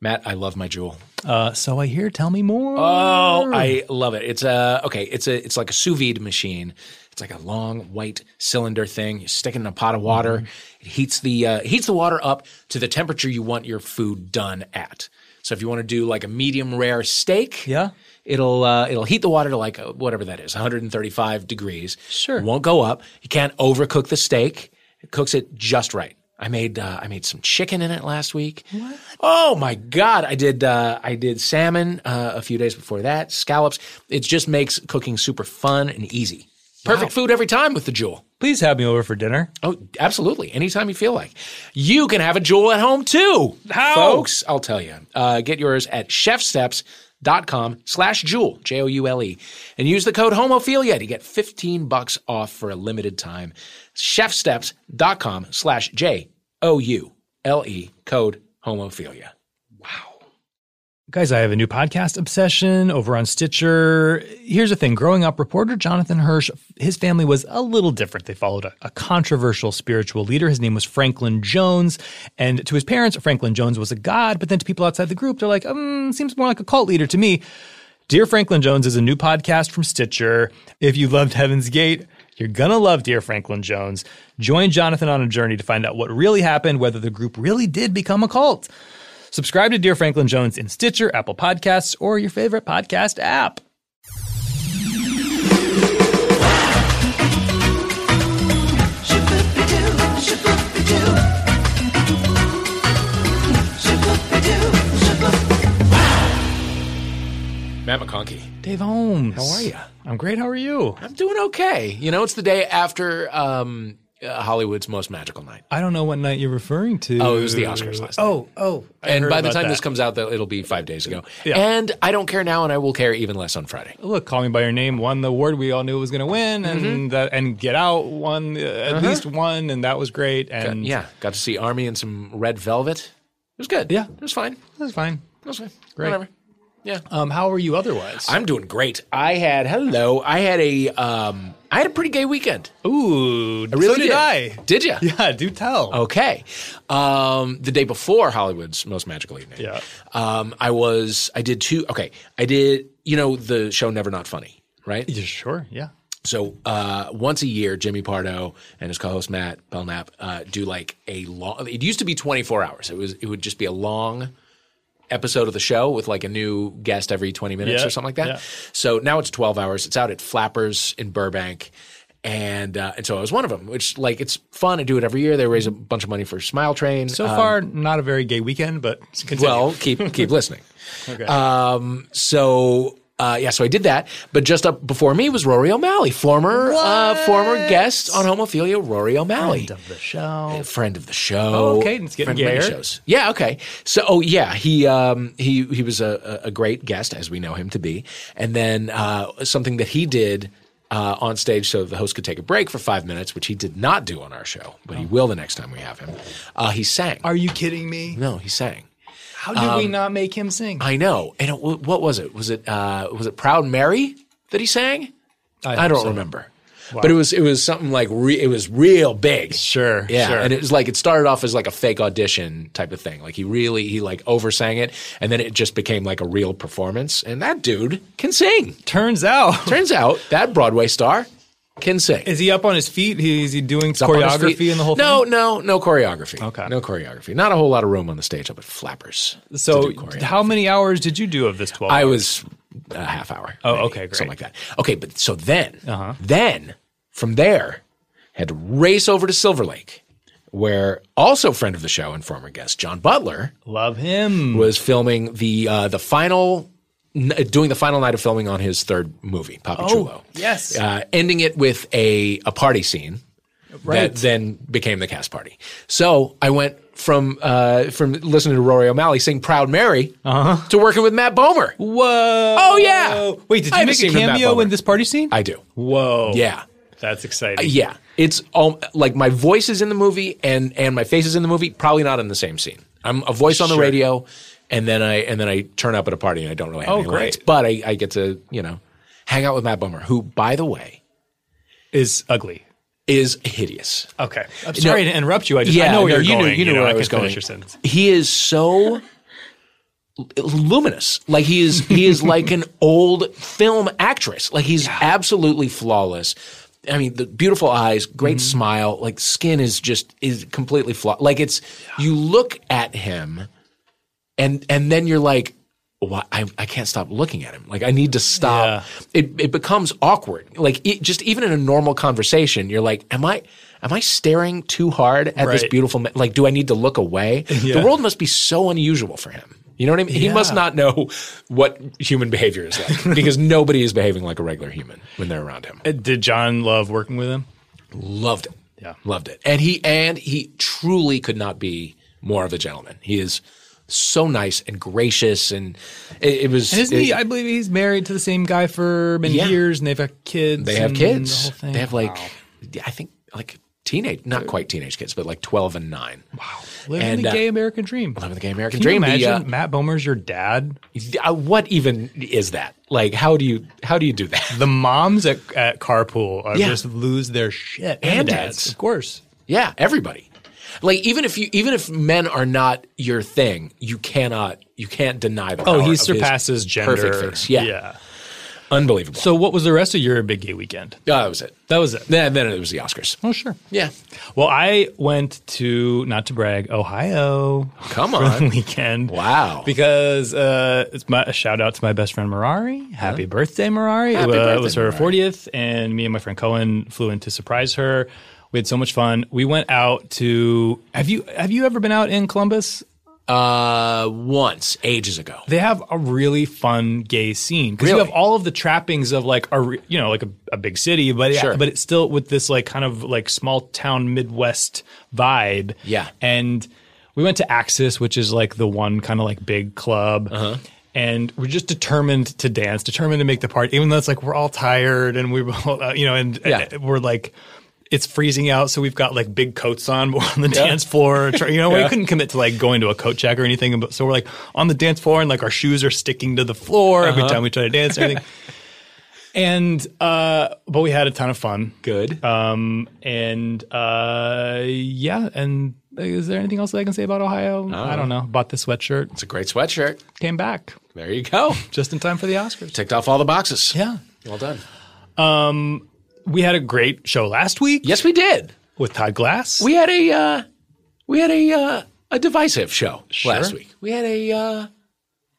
Matt, I love my jewel. Uh, so I hear. Tell me more. Oh, I love it. It's a okay. It's a it's like a sous vide machine. It's like a long white cylinder thing. You stick it in a pot of water. It heats the uh, heats the water up to the temperature you want your food done at. So if you want to do like a medium rare steak, Yeah. it'll uh, it'll heat the water to like uh, whatever that is, 135 degrees. Sure. It won't go up. You can't overcook the steak. It cooks it just right. I made uh, I made some chicken in it last week. What? Oh my god! I did uh, I did salmon uh, a few days before that. Scallops. It just makes cooking super fun and easy. Perfect food every time with the Jewel. Please have me over for dinner. Oh, absolutely. Anytime you feel like. You can have a jewel at home too. How? Folks, I'll tell you. Uh, get yours at chefsteps.com slash jewel, J O U L E, and use the code HOMOPHILIA to get 15 bucks off for a limited time. Chefsteps.com slash J O U L E, code HOMOPHILIA. Guys, I have a new podcast obsession over on Stitcher. Here's the thing growing up, reporter Jonathan Hirsch, his family was a little different. They followed a, a controversial spiritual leader. His name was Franklin Jones. And to his parents, Franklin Jones was a god. But then to people outside the group, they're like, um, seems more like a cult leader to me. Dear Franklin Jones is a new podcast from Stitcher. If you loved Heaven's Gate, you're gonna love Dear Franklin Jones. Join Jonathan on a journey to find out what really happened, whether the group really did become a cult. Subscribe to Dear Franklin Jones in Stitcher, Apple Podcasts, or your favorite podcast app. Matt McConkey. Dave Holmes. How are you? I'm great. How are you? I'm doing okay. You know, it's the day after um, uh, Hollywood's most magical night. I don't know what night you're referring to. Oh, it was the Oscars last night. Oh, oh. I and heard by the about time this that. comes out, though, it'll be five days ago. Yeah. And I don't care now, and I will care even less on Friday. Look, Call Me by Your Name won the award we all knew it was going to win, and Mm-hmm. that and Get Out won uh, at least one, and that was great. And Yeah, Uh-huh. got to see Army in some red velvet. It was good. Yeah. it was fine. It that's fine. was fine. Great. Whatever. Yeah, Um, how are you otherwise? I'm doing great. I had hello. I had a um, I had a pretty gay weekend. Ooh, Oh, so did, I? Did Oh. you? Yeah, do tell. Okay. Um, the day before Hollywood's most magical evening. Yeah. Um, I was. I did two. Okay. I did. You know the show Never Not Funny, right? Yeah, sure. Yeah. So uh, once a year, Jimmy Pardo and his co-host Matt Belknap uh, do like a long. It used to be 24 hours. It was it would just be a long episode of the show with like a new guest every 20 minutes Yeah, or something like that. yeah. So now it's 12 hours. It's out at Flappers in Burbank. And uh, and so I was one of them, which like it's fun. I do it every year. They raise a bunch of money for Smile Train. Uh, So far, not a very gay weekend, but continue. Um, well, keep keep listening. Um, okay. So uh, yeah, so I did that. But just up before me was Rory O'Malley, former uh, former guest on Homophilia, Rory O'Malley. End of the show. Friend of the show. uh, Oh, okay, and it's getting friend of many gayer. shows. Yeah, okay. So, oh yeah, he um, he he was a, a a great guest as we know him to be, and then uh, something that he did uh, on stage so the host could take a break for five minutes, which he did not do on our show, but he will the next time we have him. Uh, he sang. Oh. Are you kidding me? no, he sang. How did Um, we not make him sing? I know. And it, what was it? Was it uh, was it Proud Mary that he sang? I don't remember. But it was it was something like re- it was real big. Sure, Yeah. sure. And it was like it started off as like a fake audition type of thing. Like he really he like oversang it and then it just became like a real performance and that dude can sing. Turns out, Turns out that Broadway star can sing. is he up on his feet? He, is he doing Up on his choreography feet. and the whole no, No, no, choreography. Okay. No choreography. Not a whole lot of room on the stage up at Flappers. thing? So, to do choreo. how many hours did you do of this twelve? I was hours? a half hour. Oh, okay, great. Uh-huh. Something like that. Okay, but so then, then from there, had to race over to Silver Lake, where also friend of the show and former guest John Butler love him. was filming the uh, the final, n- uh, doing the final night of filming on his third movie, Papa Chulo. Oh, yes. Uh, ending it with a a party scene Right. that then became the cast party. So I went from uh, from listening to Rory O'Malley sing "Proud Mary" Uh-huh. to working with Matt Bomer. Whoa! Oh, yeah. Wait, did I you haven't make a seen him that cameo bummer. in this party scene? I do. Whoa! Yeah. Uh, that's exciting. Yeah. It's all like my voice is in the movie and and my face is in the movie, probably not in the same scene. I'm a voice on the Sure. radio and then I and then I turn up at a party and I don't really have Oh, any lines. great. But I, I get to, you know, hang out with Matt Bummer, who, by the way, Is ugly. is hideous. Okay, I'm sorry to interrupt you. I just I know no, where you're you going. Knew, you knew know, where I can was going. finish Your sentence. He is so luminous. Like he is he is like an old film actress. Like he's absolutely flawless. I mean, the beautiful eyes, great Mm-hmm. smile, like skin is just is completely flawless. Like it's you look at him and and then you're like why I, I can't stop looking at him. Like I need to stop. It it becomes awkward. Like e just even in a normal conversation, you're like, am I am I staring too hard at this Right. beautiful? ma- Like, do I need to look away? The world must be so unusual for him. You know what I mean? He must Yeah. not know what human behavior is like because nobody is behaving like a regular human when they're around him. Uh, Did John love working with him? Loved it. Yeah. Loved it. And he and he truly could not be more of a gentleman. He is so nice and gracious and it, it was Isn't it- he? I believe he's married to the same guy for many Yeah. years, and they've got kids. They have and kids. Mm, The whole thing. They have like I think like teenage, not quite teenage kids, but like twelve and nine. Wow, living and, the uh, gay American dream. the gay American Can you dream. imagine the, uh, Matt Bomer's your dad? uh, what even is that? Like, how do you how do you do that? The moms at, at carpool are Yeah. just lose their shit. And the dads. of course. Yeah, everybody. Like even if you even if men are not your thing, you cannot you can't deny the Oh, power of he his surpasses gender. Perfect face. Yeah, yeah. unbelievable. So So, what was the rest of your big gay weekend? that was it. That was it. Then then it was the Oscars. Oh, sure. Yeah, Well, I went to not to brag, Ohio come for the on. weekend. Wow. Because uh, it's my a shout out to my best friend Marari. Happy birthday, Marari! Happy it, wa- it birthday, was her Marari. fortieth, and me and my friend Cohen flew in to surprise her. We had so much fun. We went out to have you have you ever been out in Columbus? Uh, once ages ago. They have a really fun gay scene because you Really? have all of the trappings of like a re- you know like a, a big city, but Sure. yeah, but it's still with this like kind of like small town Midwest vibe. Yeah. and we went to Axis, which is like the one kind of like big club. Uh-huh. And we're just determined to dance, determined to make the party, even though it's like we're all tired and we, all, uh, you know, and Yeah. uh, we're like, it's freezing out, so we've got like big coats on. We're on the dance floor, try- you know. We couldn't commit to like going to a coat check or anything, but so we're like on the dance floor and like our shoes are sticking to the floor every Uh-huh. time we try to dance and everything. and uh, but we had a ton of fun. Good. Um, and uh, yeah, and uh, is there anything else that I can say about Ohio? I don't know. Bought the sweatshirt, it's a great sweatshirt. came back There you go. just in time for the Oscars. Ticked off all the boxes. Yeah, Well done. we had a great show last week Yes, we did. with Todd Glass. We had a uh, we had a uh, a divisive show last week. We had a uh,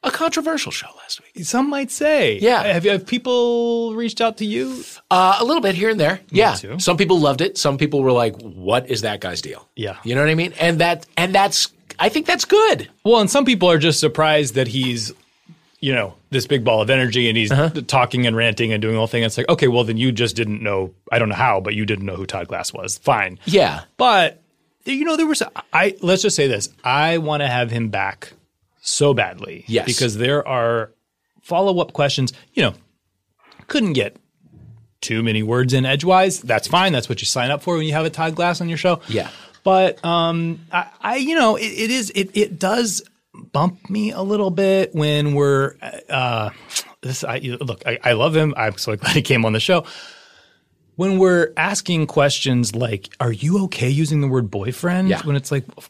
a controversial show last week. Some might say, Yeah. Have, have people reached out to you? Uh, a little bit here and there. yeah. too. Some people loved it. Some people were like, "What is that guy's deal?" Yeah. You know what I mean? And that and that's I think that's good. Well, and some people are just surprised that he's, you know, this big ball of energy and he's talking and ranting and doing the whole thing. It's like, okay, well, then you just didn't know. I don't know how, but you didn't know who Todd Glass was. Fine. Yeah. But you know, there was I. Let's just say this: I want to have him back so badly. Yes. because there are follow up questions. You know, couldn't get too many words in edgewise. That's fine. That's what you sign up for when you have a Todd Glass on your show. Yeah. But um, I, I you know, it, it is it it does bump me a little bit when we're uh, this. I you- look, I, I love him. I'm so glad he came on the show when we're asking questions like, "Are you okay using the word boyfriend?" Yeah. When it's like, of,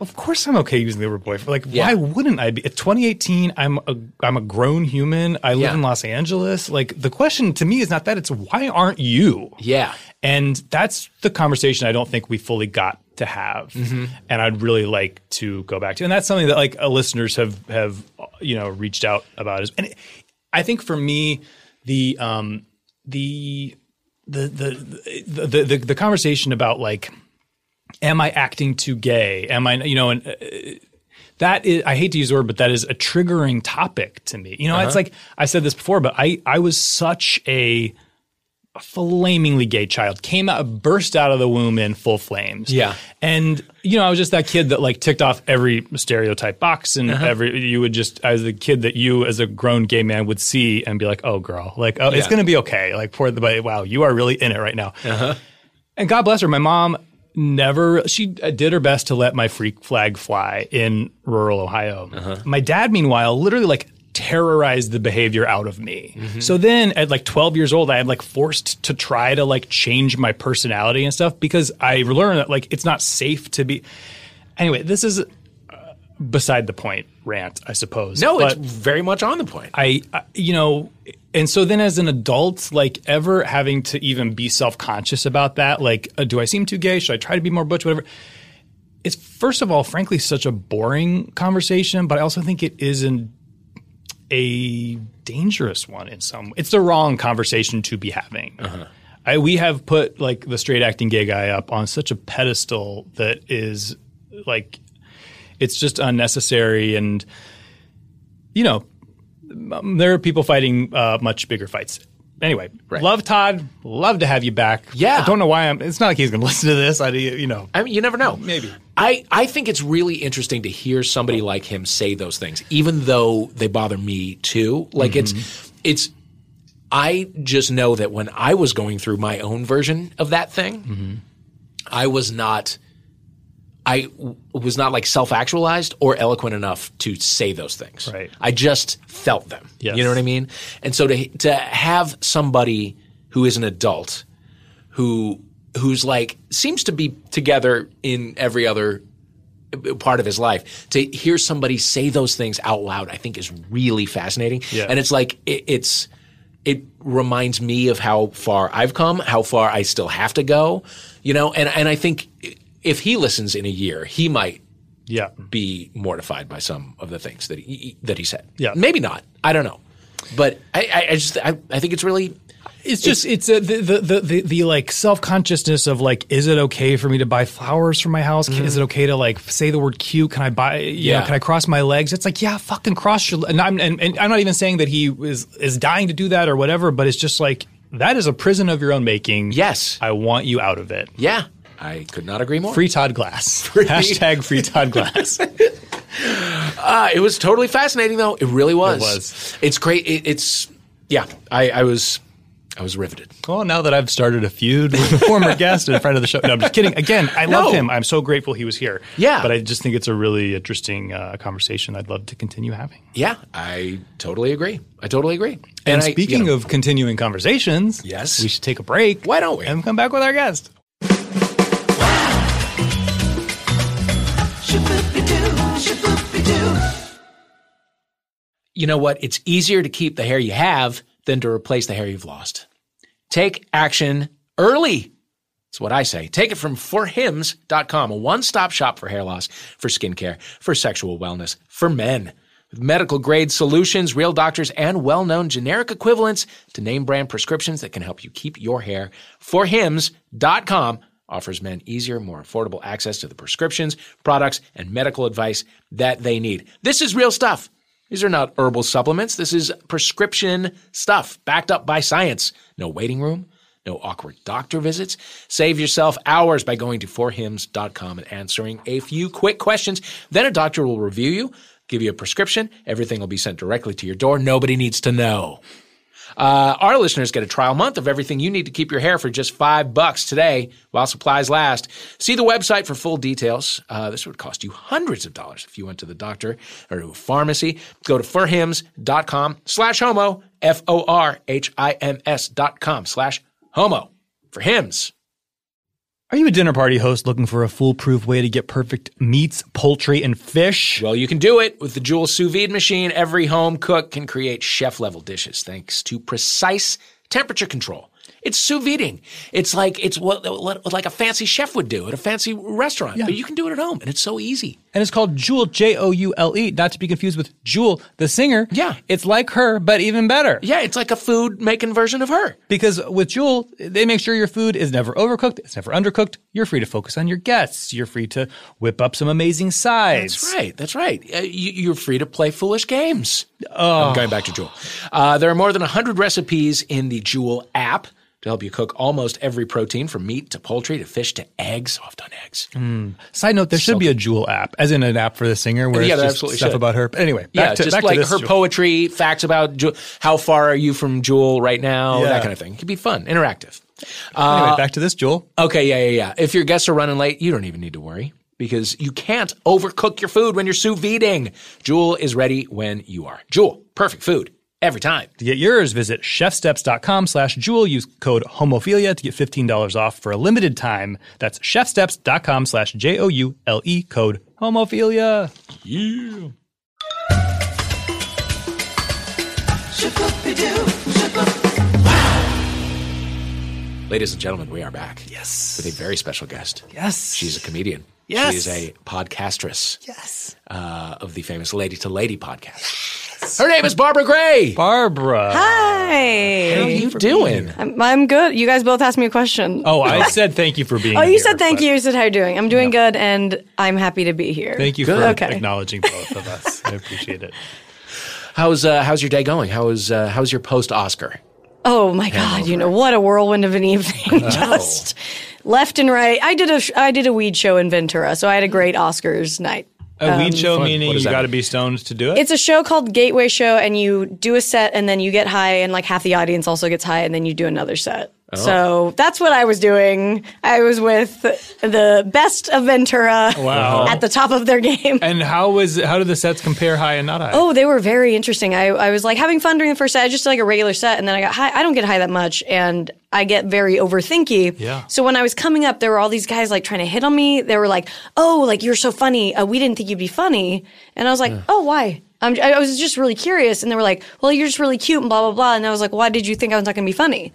of course I'm okay using the word boyfriend. Like, Yeah. why wouldn't I be? It's 2018. I'm a I'm a grown human. I live Yeah. in Los Angeles. Like, the question to me is not that. It's why aren't you? Yeah. And that's the conversation I don't think we fully got to have. And I'd really like to go back to. And that's something that like uh, listeners have have uh, you know reached out about. Is, and it, I think for me, the um the the the the the, the, the conversation about like. Am I acting too gay? Am I, you know, and uh, that is, I hate to use the word, but that is a triggering topic to me. You know, Uh-huh. it's like I said this before, but I, I was such a flamingly gay child came out burst out of the womb in full flames Yeah. and you know i was just that kid that like ticked off every stereotype box and Uh-huh. every you would just as the kid that you as a grown gay man would see and be like oh girl like oh it's Yeah. gonna be okay like poor the but wow you are really in it right now and god bless her my mom never she did her best to let my freak flag fly in rural ohio Uh-huh. my dad meanwhile literally like terrorized the behavior out of me Mm-hmm. so then at like 12 years old i am like forced to try to like change my personality and stuff because i learned that like it's not safe to be anyway this is uh, beside the point rant, I suppose. No, but it's very much on the point. I, I, you know, and so then as an adult, like ever having to even be self conscious about that, like, uh, do I seem too gay? Should I try to be more butch? Whatever. It's first of all, frankly, such a boring conversation, but I also think it is an a dangerous one in some. It's the wrong conversation to be having. I, we have put like the straight acting gay guy up on such a pedestal that is like it's just unnecessary and you know um, there are people fighting uh, much bigger fights. Anyway, love Todd. Love to have you back. Yeah. I don't know why I'm. It's not like he's going to listen to this. I you know. I mean, you never know. Maybe. I, I think it's really interesting to hear somebody like him say those things, even though they bother me too. Like it's it's I just know that when I was going through my own version of that thing, I was not I w- was not like self-actualized or eloquent enough to say those things. Right. I just felt them. Yes. You know what I mean? And so to to have somebody who is an adult who who's like seems to be together in every other part of his life to hear somebody say those things out loud i think is really fascinating Yeah. and it's like it, it's it reminds me of how far i've come how far i still have to go you know and and i think if he listens in a year he might Yeah. be mortified by some of the things that he that he said Yeah. maybe not i don't know but i i, I just I, I think it's really It's just it's, a, the, the the the the like self consciousness of like is it okay for me to buy flowers for my house? Can- Is it okay to like say the word cute? Can I buy? You Yeah. know, can I cross my legs? It's like yeah, fucking cross your. And I'm and, and I'm not even saying that he is is dying to do that or whatever, but it's just like that is a prison of your own making. Yes. I want you out of it. yeah i could not agree more Free Todd Glass. Hashtag Free Todd Glass. Uh, it was totally fascinating, though. It really was. was. It's great. It, it's yeah. I, I was I was riveted. well, now that I've started a feud with a former guest and a friend of the show, no, I'm just kidding. Again, I No. love him. I'm so grateful he was here. Yeah. but I just think it's a really interesting uh, conversation. I'd love to continue having. Yeah, I totally agree. I totally agree. And, I- you speaking know, of continuing conversations, Yes. we should take a break. Why don't we? And come back with our guest. you know what, it's easier to keep the hair you have than to replace the hair you've lost. Take action early. That's what I say. Take it from forhims.com, a one stop shop for hair loss, for skincare, for sexual wellness, for men. With medical grade solutions, real doctors, and well known generic equivalents to name brand prescriptions that can help you keep your hair. Forhims.com offers men easier, more affordable access to the prescriptions, products, and medical advice that they need. This is real stuff. These are not herbal supplements. This is prescription stuff backed up by science. No waiting room, no awkward doctor visits. Save yourself hours by going to forhims.com and answering a few quick questions. Then a doctor will review you, give you a prescription. Everything will be sent directly to your door. Nobody needs to know. Uh, our listeners get a trial month of everything you need to keep your hair for just five bucks today while supplies last. See the website for full details. Uh, this would cost you hundreds of dollars if you went to the doctor or to a pharmacy. Go to forhims.com slash homo, F O R H I M S dot com slash homo for hymns. Are you a dinner party host looking for a foolproof way to get perfect meats, poultry, and fish? Well, you can do it with the Jewel sous vide machine. Every home cook can create chef level dishes thanks to precise temperature control. It's sous viding. It's like it's what, what like a fancy chef would do at a fancy restaurant, but you can do it at home, and it's so easy. And it's called Jewel, J O U L E, not to be confused with Jewel, the singer. Yeah. It's like her, but even better. Yeah, it's like a food making version of her. Because with Jewel, they make sure your food is never overcooked, it's never undercooked. You're free to focus on your guests. You're free to whip up some amazing sides. That's right. That's right. Uh, you, you're free to play foolish games. Oh. I'm going back to Jewel. Uh, there are more than 100 recipes in the Jewel app to help you cook almost every protein from meat to poultry to fish to eggs. Oh, I've done eggs. Side note: There should be a Jewel app, as in an app for the singer, where Yeah, it's there just absolutely stuff should. about her. But anyway, back yeah, to, just back like to this her Jewel. poetry, facts about Jewel, how far are you from Jewel right now, Yeah. that kind of thing. It could be fun, interactive. uh, anyway, back to this Jewel. Okay, yeah, yeah, yeah. If your guests are running late, you don't even need to worry because you can't overcook your food when you're sous videing. Jewel is ready when you are. Jewel, perfect food every time. To get yours, visit chefsteps.com slash jewel. Use code homophilia to get $15 off for a limited time. That's chefsteps.com slash J-O-U-L-E E, code homophilia. Yeah. Ladies and gentlemen, we are back Yes. with a very special guest. Yes. She's a comedian. Yes. She is a podcastress yes. uh, of the famous Lady to Lady podcast. Her name is Barbara Gray. Barbara. How are Hi. you doing? I'm, I'm good. You guys both asked me a question. Oh, I said thank you for being Oh, you here, said thank but you. You said how you doing. I'm doing good, and I'm happy to be here. Thank you Good. for Okay. acknowledging both of us. I appreciate it. How's uh, how's your day going? How is uh, how's your post Oscar? Oh my God! You know what a whirlwind of an evening, Oh. just left and right. I did a sh- I did a weed show in Ventura, so I had a great Oscars night. A weed show Fun. What meaning does you that got to mean? be stoned to do it? Um, It's a show called Gateway Show, and you do a set, and then you get high, and like half the audience also gets high, and then you do another set. Oh. So that's what I was doing. I was with the best of Ventura Wow. at the top of their game. and how was how do the sets compare high and not high? Oh, they were very interesting. I, I was like having fun during the first set. I just did, like a regular set, and then I got high. I don't get high that much, and I get very overthinky. Yeah. So when I was coming up, there were all these guys like trying to hit on me. They were like, "Oh, like you're so funny. Uh, we didn't think you'd be funny." And I was like, "Oh, why?" I'm, I I was just really curious, and they were like, "Well, you're just really cute," and blah blah blah. And I was like, "Why did you think I was not going to be funny?"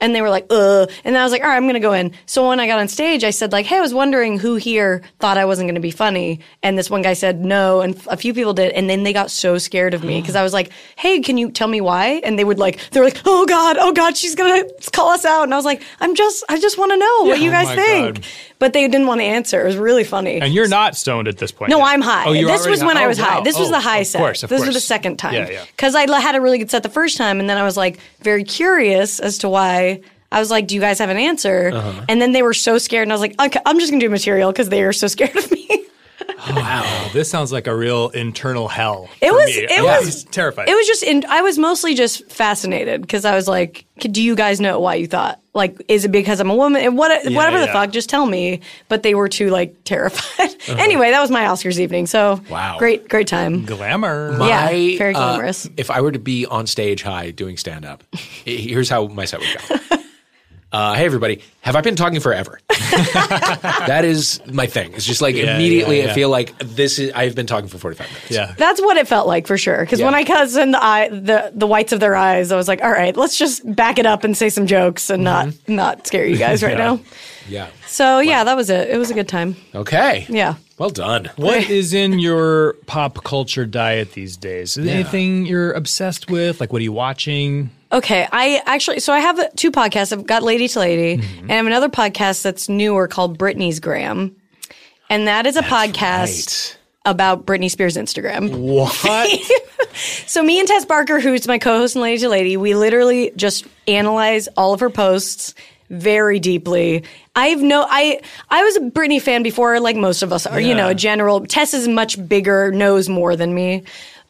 And they were like, "Uh," and then I was like, "All right, I'm going to go in." So when I got on stage, I said like, "Hey, I was wondering who here thought I wasn't going to be funny." And this one guy said no, and a few people did, and then they got so scared of me because I was like, "Hey, can you tell me why?" And they would like, they were like, "Oh God, oh God, she's going to call us out." And I was like, "I'm just, I just want to know what Yeah. you Oh guys my think." God. But they didn't want to answer. It was really funny. And you're not stoned at this point. No, yet. I'm high. Oh, you're this already was high. when I Oh, was high. wow. This was Oh, the high of set. Course, of this course. was the second time. Yeah, yeah. Because I had a really good set the first time, and then I was like very curious as to why. I was like, "Do you guys have an answer?" Uh-huh. And then they were so scared, and I was like, okay, "I'm just gonna do material because they are so scared of me." it Wow, this sounds like a real internal hell. It for was- me. it I'm was- just terrified. was just, in, I was mostly just fascinated because I was like, "Do you guys know why you thought? Like, is it because I'm a woman? And what, whatever the yeah. fuck, just tell me." But they were too like terrified. Uh-huh. anyway, that was my Oscars evening. So Wow. great, great time. glamour. Yeah, I, very uh, glamorous. if I were to be on stage high doing stand up, here's how my set would go. Uh, hey everybody! Have I been talking forever? that is my thing. It's just like Yeah, immediately yeah, yeah. I feel like this is. I've been talking for forty five minutes. yeah. That's what it felt like for sure. Because when Yeah. I cussed in the eye, the the whites of their eyes, I was like, all right, let's just back it up and say some jokes and not not scare you guys right now. Mm-hmm. yeah. So yeah, that was it. It was a good time. Okay. Yeah. Well done. What is in your pop culture diet these days? Is there Anything you're obsessed with? Like, what are you watching? Okay, I actually so I have two podcasts. I've got Lady to Lady, Mm-hmm. and I have another podcast that's newer called Brittany's Gram, and that is a podcast Right. about Britney Spears' Instagram. What? So me and Tess Barker, who's my co-host in Lady to Lady, we literally just analyze all of her posts very deeply. I've no I I was a Britney fan before, like most of us are, you know, Yeah. a general Tess is much bigger, knows more than me.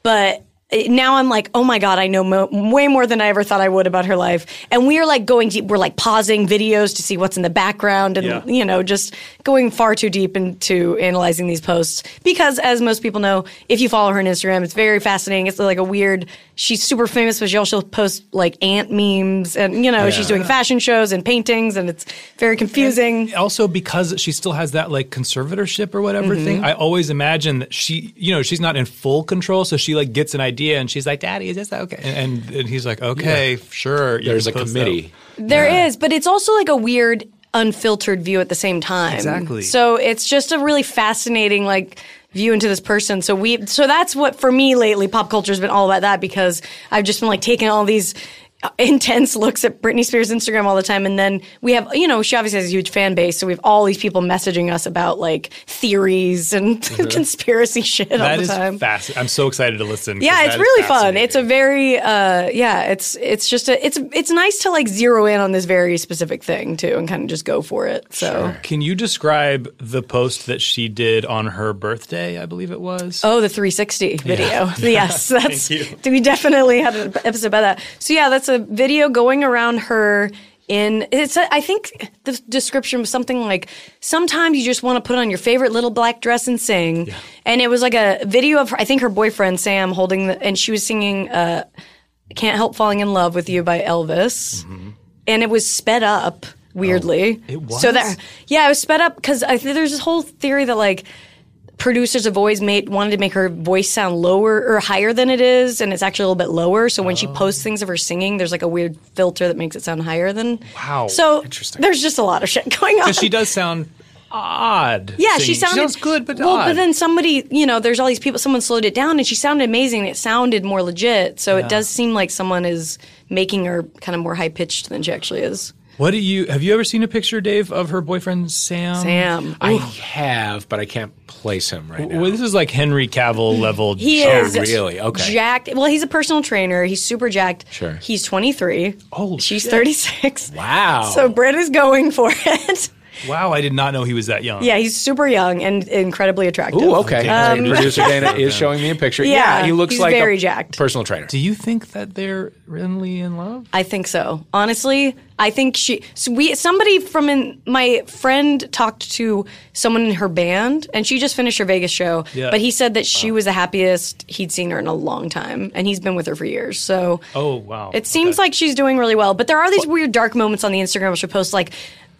But it- now I'm like, oh my God, I know mo- way more than I ever thought I would about her life. And we are like going deep. We're like pausing videos to see what's in the background and, Yeah. you know, just going far too deep into analyzing these posts. Because as most people know, if you follow her on Instagram, it's very fascinating. It's like a weird, she's super famous, but she also posts like ant memes and, you know, she's doing fashion shows and paintings and it's very confusing. also, because she still has that like conservatorship or whatever Mm-hmm. thing, I always imagine that she, you know, she's not in full control. So she like gets an idea and she's like, "Daddy, is this okay?" And and, and he's like, "Okay, sure." you There's a can post that." committee. There is, but it's also like a weird, unfiltered view at the same time. Exactly. So it's just a really fascinating like view into this person. So we, so that's what for me lately, pop culture has been all about that because I've just been like taking all these uh, intense looks at Britney Spears Instagram all the time, and then we have, you know, she obviously has a huge fan base, so we have all these people messaging us about like theories and conspiracy shit all Mm-hmm. That the is time. fascinating. I'm so excited to listen. 'cause Yeah, that it's is really fun. It's a fascinating. very uh yeah, it's it's just a it's it's nice to like zero in on this very specific thing too and kind of just go for it. So Can you describe the post that she did on her birthday? I believe it was. Oh, the 360 video. Yes, that's Thank we definitely had an episode about that. So yeah, that's a video going around her in it's a, I think the description was something like sometimes you just want to put on your favorite little black dress and sing. And it was like a video of her, I think her boyfriend Sam holding the and she was singing uh Can't Help Falling in Love with You by Elvis. And it was sped up weirdly. Mm-hmm. Oh, it So was? that yeah, it was sped up cuz I think there's this whole theory that like producers have always made wanted to make her voice sound lower or higher than it is and it's actually a little bit lower so when she Oh. posts things of her singing there's like a weird filter that makes it sound higher than Wow. so Interesting. there's just a lot of shit going on Because she does sound odd. yeah, singing. she sounded sounds good, but well, odd. but then somebody, you know, there's all these people. Someone slowed it down, and she sounded amazing. and It sounded more legit, so it does seem like someone is making her kind of more high pitched than she actually is. what do you have you ever seen a picture, Dave, of her boyfriend Sam? Damn, Mm. I have, but I can't place him right now. Well, this is like Henry Cavill level. he jazz. is really? Okay. jacked. Well, he's a personal trainer. He's super jacked. Sure. he's 23. Oh, she's shit. 36. Oh. Wow. So Britt is going for it. Wow, I did not know he was that young. yeah, he's super young and incredibly attractive. Ooh, okay. Um, Producer Dana is showing me a picture. Yeah, Yeah, he looks he's like very a jacked. personal trainer. Do you think that they're really in love? I think so. Honestly, I think she. So we somebody from in, my friend talked to someone in her band, and she just finished her Vegas show. Yeah. But he said that she was the happiest he'd seen her in a long time, and he's been with her for years. So Oh wow. it seems like she's doing really well. But there are these weird dark moments on the Instagram where she posts like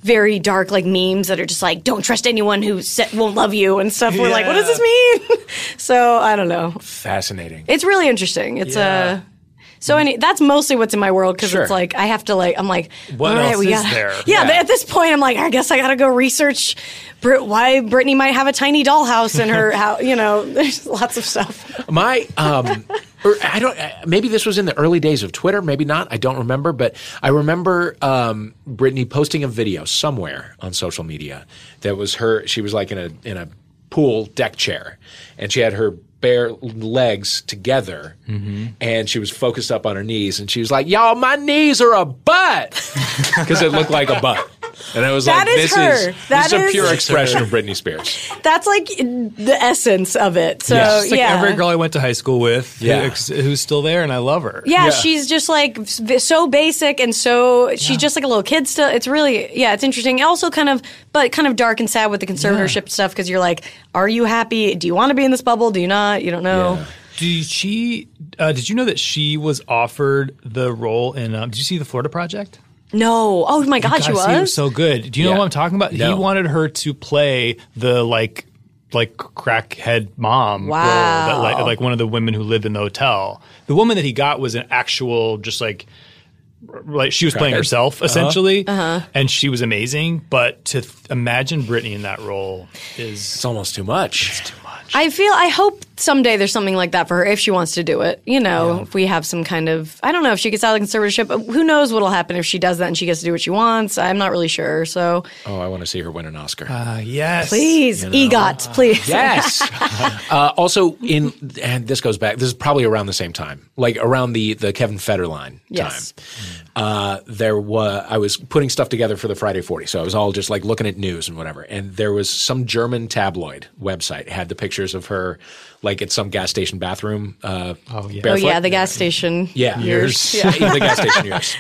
very dark like memes that are just like don't trust anyone who sa- won't love you and stuff. We're like, what does Yeah. this mean? so I don't know. Fascinating. It's really interesting. It's Yeah. uh so any that's mostly what's in my world because Sure. it's like I have to like I'm like What all else right, we is gotta, there? Yeah, Yeah. at this point I'm like I guess I gotta go research Brit- why Brittany might have a tiny dollhouse in her house. You know, there's lots of stuff. My, um, or I don't. uh, Maybe this was in the early days of Twitter. Maybe not. I don't remember. But I remember um, Brittany posting a video somewhere on social media that was her. She was like in a in a pool deck chair, and she had her bare legs together, and she was focused up on her knees, and she was like, "Y'all, my knees are a butt," because it looked like a butt. And I was That like, is "This her. is That this is a is- pure expression of Britney Spears." That's like the essence of it. So Yeah. uh, yeah, It's It's like every girl I went to high school with who Yeah. ex- who's still there, and I love her. Yeah, she's just like v- so basic and so she's just like a little kid still. It's really yeah, it's interesting. Also kind of but kind of dark and sad with the conservatorship stuff because you're like, are you happy? Do you want to be in this bubble? Do you not? You don't know. Yeah. Did she? Uh, did you know that she was offered the role in? Um, did you see the Florida Project? No. Oh my god, she God, was. see, it so good. Do you Yeah. know what I'm talking about? No. He wanted her to play the like like crackhead mom Wow. role that like like one of the women who lived in the hotel. The woman that he got was an actual just like r- like she was playing Crackhead. herself essentially, Uh-huh. and she was amazing. But to th- imagine Britney in that role is It's almost too much. I feel I hope someday there's something like that for her if she wants to do it. You know, if we have some kind of I don't know if she gets out of the conservatorship. but Who knows what'll happen if she does that and she gets to do what she wants? I'm not really sure. So Oh, I want to see her win an Oscar. uh, yes, please, EGOT, please. Yes. uh, also, in and this goes back. This is probably around the same time, like around the the Kevin Federline Yes. time. Uh, there was I was putting stuff together for the Friday Forty, so I was all just like looking at news and whatever. And there was some German tabloid website had the pictures of her, like at some gas station bathroom. Uh, oh yeah. Oh yeah, the gas station. Yeah, years. Yeah. the gas station years,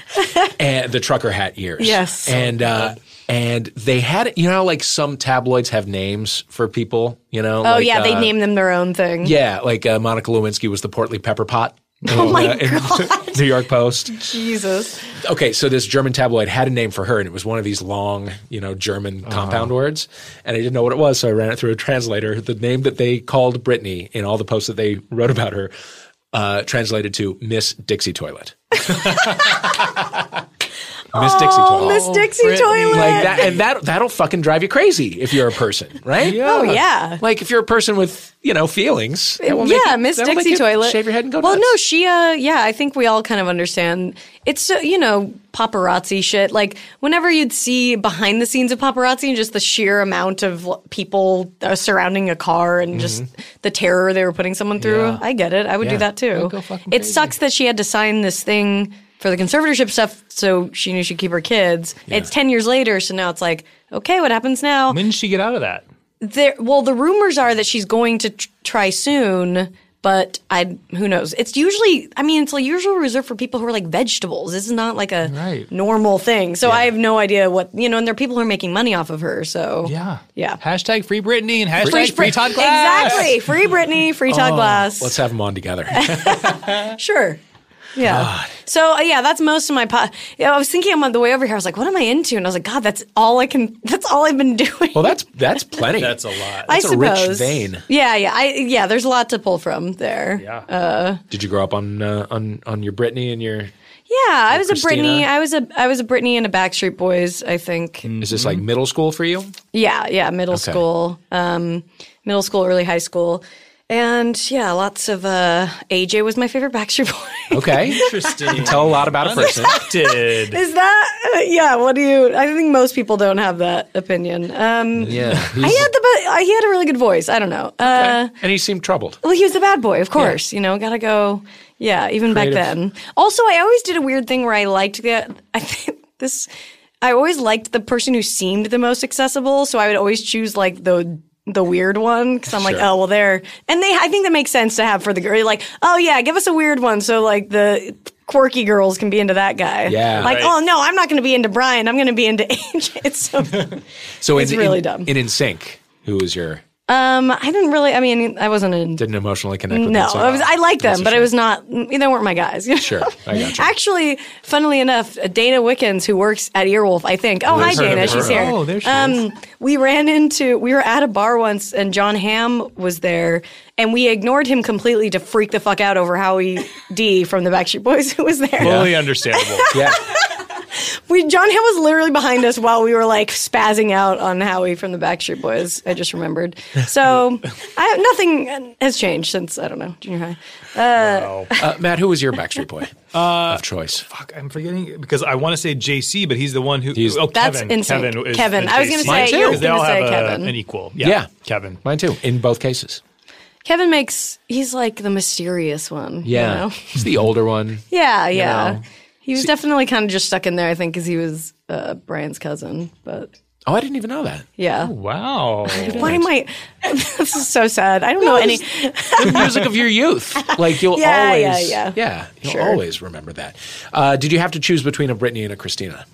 and the trucker hat years. Yes. and uh, and they had you know how, like some tabloids have names for people. You know, Oh yeah, they name them their own thing. uh, yeah, like uh, Monica Lewinsky was the portly pepper pot. Oh my in god, New York Post. Jesus! Okay, so this German tabloid had a name for her, and it was one of these long, you know, German Uh-huh. compound words. And I didn't know what it was, so I ran it through a translator. The name that they called Brittany in all the posts that they wrote about her uh, translated to Miss Dixie Toilet. Miss Dixie Oh, Toilet. Miss Dixie Brittany. toilet. Like that, and that that'll fucking drive you crazy if you're a person, right? Oh, yeah. Like if you're a person with you know feelings, that will make yeah, it- Miss that will make Dixie you toilet. Shave your head and go. Well, nuts. no, she. uh Yeah, I think we all kind of understand. It's so you know paparazzi shit. Like whenever you'd see behind the scenes of paparazzi and just the sheer amount of l- people uh, surrounding a car and just the terror they were putting someone through. Yeah. I get it. I Mm-hmm. would Yeah. do that too. go fucking it crazy. sucks that she had to sign this thing. For the conservatorship stuff, so she knew she'd keep her kids. It's 10 years later, so now it's like, okay, what happens now? When did she get out of that? There, well, the rumors are that she's going to tr- try soon, but I who knows? It's usually, I mean, it's like usually reserved for people who are like vegetables. This is not like a Right. normal thing. So I have no idea what you know. And there are people who are making money off of her. So Yeah, yeah. Hashtag free Britney and hashtag free, Brit- Todd Glass. Oh, Exactly. Free Britney. Free Todd Glass. Let's have them on together. Sure. Yeah. So uh, yeah, that's most of my pot. Yeah, I was thinking on the way over here. I was like, what am I into? And I was like, God, that's all I can. That's all I've been doing. Well, that's that's plenty. That's a lot. I that's a rich suppose. vein. Yeah, yeah, I yeah. There's a lot to pull from there. yeah. Did you grow up on uh, on on your Britney and your? Yeah, I was Christina. Mm. a Britney. I was a I was a Britney and a Backstreet Boys. I think. Is this Mm-hmm. like middle school for you? Yeah, yeah. Middle school, um, middle school, early high school, and yeah, lots of uh, AJ was my favorite Backstreet Boy. Okay, Interesting. tell a lot about a person. Unexpected. Is that uh, yeah? What do you? I think most people don't have that opinion. Um, Yeah, He had the be- uh, he had a really good voice. I don't know. Uh, and he seemed troubled. Well, he was the bad boy, of course. You know, gotta go. Yeah, even Creative. back then. Also, I always did a weird thing where I liked the. I think this. I always liked the person who seemed the most accessible, so I would always choose like the the weird one because I'm like, Sure. oh well, they're and they. I think that makes sense to have for the girl. You're like, oh yeah, give us a weird one, so like the quirky girls can be into that guy. Yeah. like Right. oh no, I'm not going to be into Brian. I'm going to be into AJ. It's so So It's in, really in, dumb. In In Sync, who was your Um, I didn't really. I mean, I wasn't in. didn't emotionally connect with? no, that song? I was. I liked That's them, a but I shame. was not. They weren't my guys. Sure, I got you. Actually, funnily enough, Dana Wickens, who works at Earwolf, I think. Oh, hi, I've heard of Dana. her. She's here. Oh, there she um, We ran into. We were at a bar once, and John Hamm was there, and we ignored him completely to freak the fuck out over Howie D from the Backstreet Boys, who was there. Fully understandable. Yeah, We John Hamm was literally behind us while we were like spazzing out on Howie from the Backstreet Boys. I just remembered. So I, nothing has changed since I don't know junior high. Wow. uh, Matt, who was your Backstreet Boy Uh, of choice? Fuck, I'm forgetting because I want to say JC, but he's the one who. He's- oh, That's Kevin. insane. Kevin. Is Kevin. the I was gonna JC. say- Mine you were Because they gonna all say have a- Kevin. an equal. Yeah. Yeah. Kevin. Mine too. In both cases. Kevin makes he's like the mysterious one. you Yeah, know? he's the older one. yeah, yeah. know. He was definitely kind of just stuck in there, I think, because he was uh, Brian's cousin. But Oh, I didn't even know that. yeah. Wow. Oh, Why am I? this is so sad. I don't know any. the music of your youth. Like you'll Yeah, always, yeah, yeah. you'll Sure. always remember that. Uh, did you have to choose between a Britney and a Christina?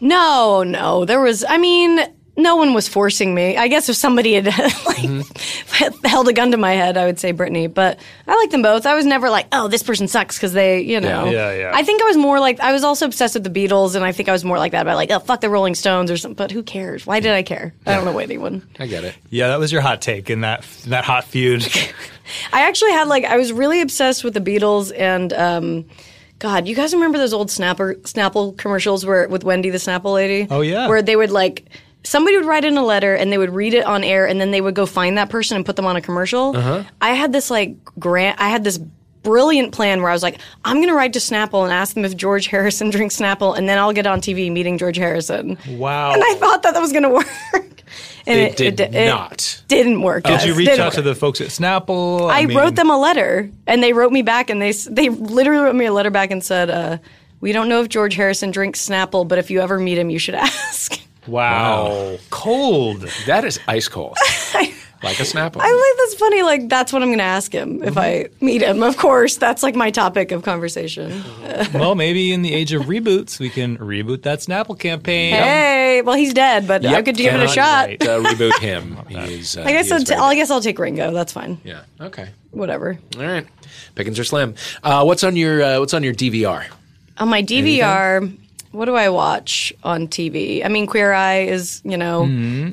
No, no. There was, I mean, no one was forcing me. I guess if somebody had like held a gun to my head, I would say Britney. But I like them both. I was never like, oh, this person sucks because they, you know. Yeah, yeah. I think I was more like, I was also obsessed with the Beatles, and I think I was more like that about like, oh, fuck the Rolling Stones or something. But who cares? Why did I care? I don't know what anyone. I get it. Yeah, that was your hot take in that in that hot feud. I actually had like I was really obsessed with the Beatles and um God, you guys remember those old Snapper Snapple commercials where with Wendy the Snapple lady? Oh, yeah. Where they would like somebody would write in a letter and they would read it on air and then they would go find that person and put them on a commercial. Uh-huh. I had this like grant I had this brilliant plan where I was like, I'm gonna write to Snapple and ask them if George Harrison drinks Snapple and then I'll get on TV meeting George Harrison. Wow. And I thought that that was gonna work. And It did not. didn't work. Did you reach out to the folks at Snapple? I, mean- wrote them a letter, and they wrote me back, and they s- they literally wrote me a letter back and said, uh, "We don't know if George Harrison drinks Snapple, but if you ever meet him, you should ask." Wow. Cold. That is ice cold, like a Snapple. I like that's funny. Like that's what I'm going to ask him if I meet him. Of course, that's like my topic of conversation. well, maybe in the age of reboots, we can reboot that Snapple campaign. Hey, well he's dead, but uh, I Yep, could give it a cannot shot. wait to reboot him. He is, uh, I guess he is I'll t- very I'll- I good. guess I'll take Ringo. That's fine. Yeah. Okay. Whatever. All right. Pickings are slim. Uh, what's on your uh, What's on your DVR? On my DVR, what do I watch on TV? I mean, Queer Eye is you know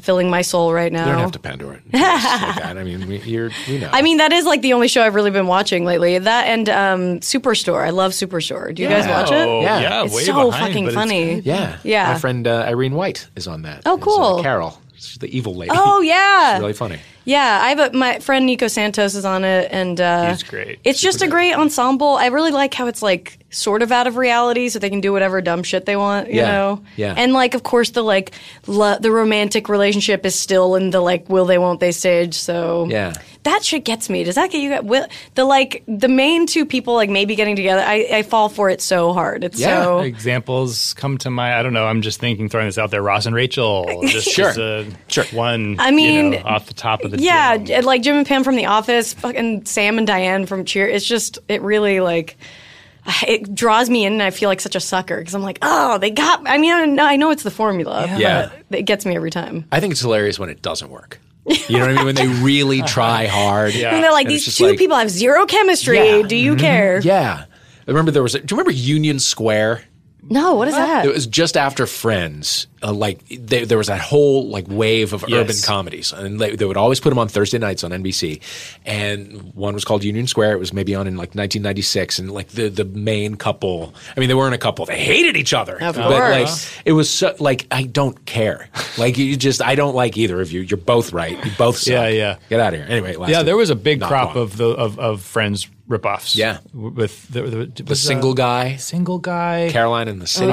filling my soul right You now. Mm-hmm. don't have to Pandora. it. Just like that. I mean, we, you're you know. I mean, that is like the only show I've really been watching lately. That and um, Superstore. I love Superstore. Do you guys watch Oh, it? Yeah. yeah. it's way so behind, fucking but it's- funny. yeah, Yeah. My friend uh, Irene White is on that. Oh, Is, uh, cool. Carol, she's the evil lady. Oh yeah, really funny. yeah. I have a, my friend Nico Santos is on it, and uh, He's great. It's just a great ensemble. I really like how it's like sort of out of reality, so they can do whatever dumb shit they want, you Yeah. know. Yeah. And like, of course, the like lo- the romantic relationship is still in the like will they won't they stage. So Yeah. that shit gets me. Does that get you? Will, the like the main two people like maybe getting together. I, I fall for it so hard. It's Yeah. so Examples come to my. I don't know. I'm just thinking, throwing this out there. Ross and Rachel. Just Sure. as a Sure. One. I you mean, know, off the top of the Yeah, dome. j- like Jim and Pam from The Office, fucking Sam and Diane from Cheer. It's just it really like it draws me in, and I feel like such a sucker because I'm like, oh, they got. I mean, I know, I know it's the formula, Yeah. but it gets me every time. I think it's hilarious when it doesn't work. You know what I mean? When they really try hard. Yeah. And they're like, And it's these just two like- people have zero chemistry. Yeah. Do you care? Yeah. I remember there was. A, do you remember Union Square? No, what is that? It was just after Friends. Uh, like they, there was that whole like wave of urban Yes. comedies, and they, they would always put them on Thursday nights on NBC. And one was called Union Square. It was maybe on in like 1996, and like the the main couple. I mean, they weren't a couple. They hated each other. Of But like course. it was so, like I don't care. Like you just I don't like either of you. You're both right. You both suck. Yeah, yeah. Get out of here. Anyway, it Yeah, lasted there was a big not crop long. of the of, of Friends ripoffs. Yeah. W- with the, the, the single guy, single guy. Caroline in the oh, city.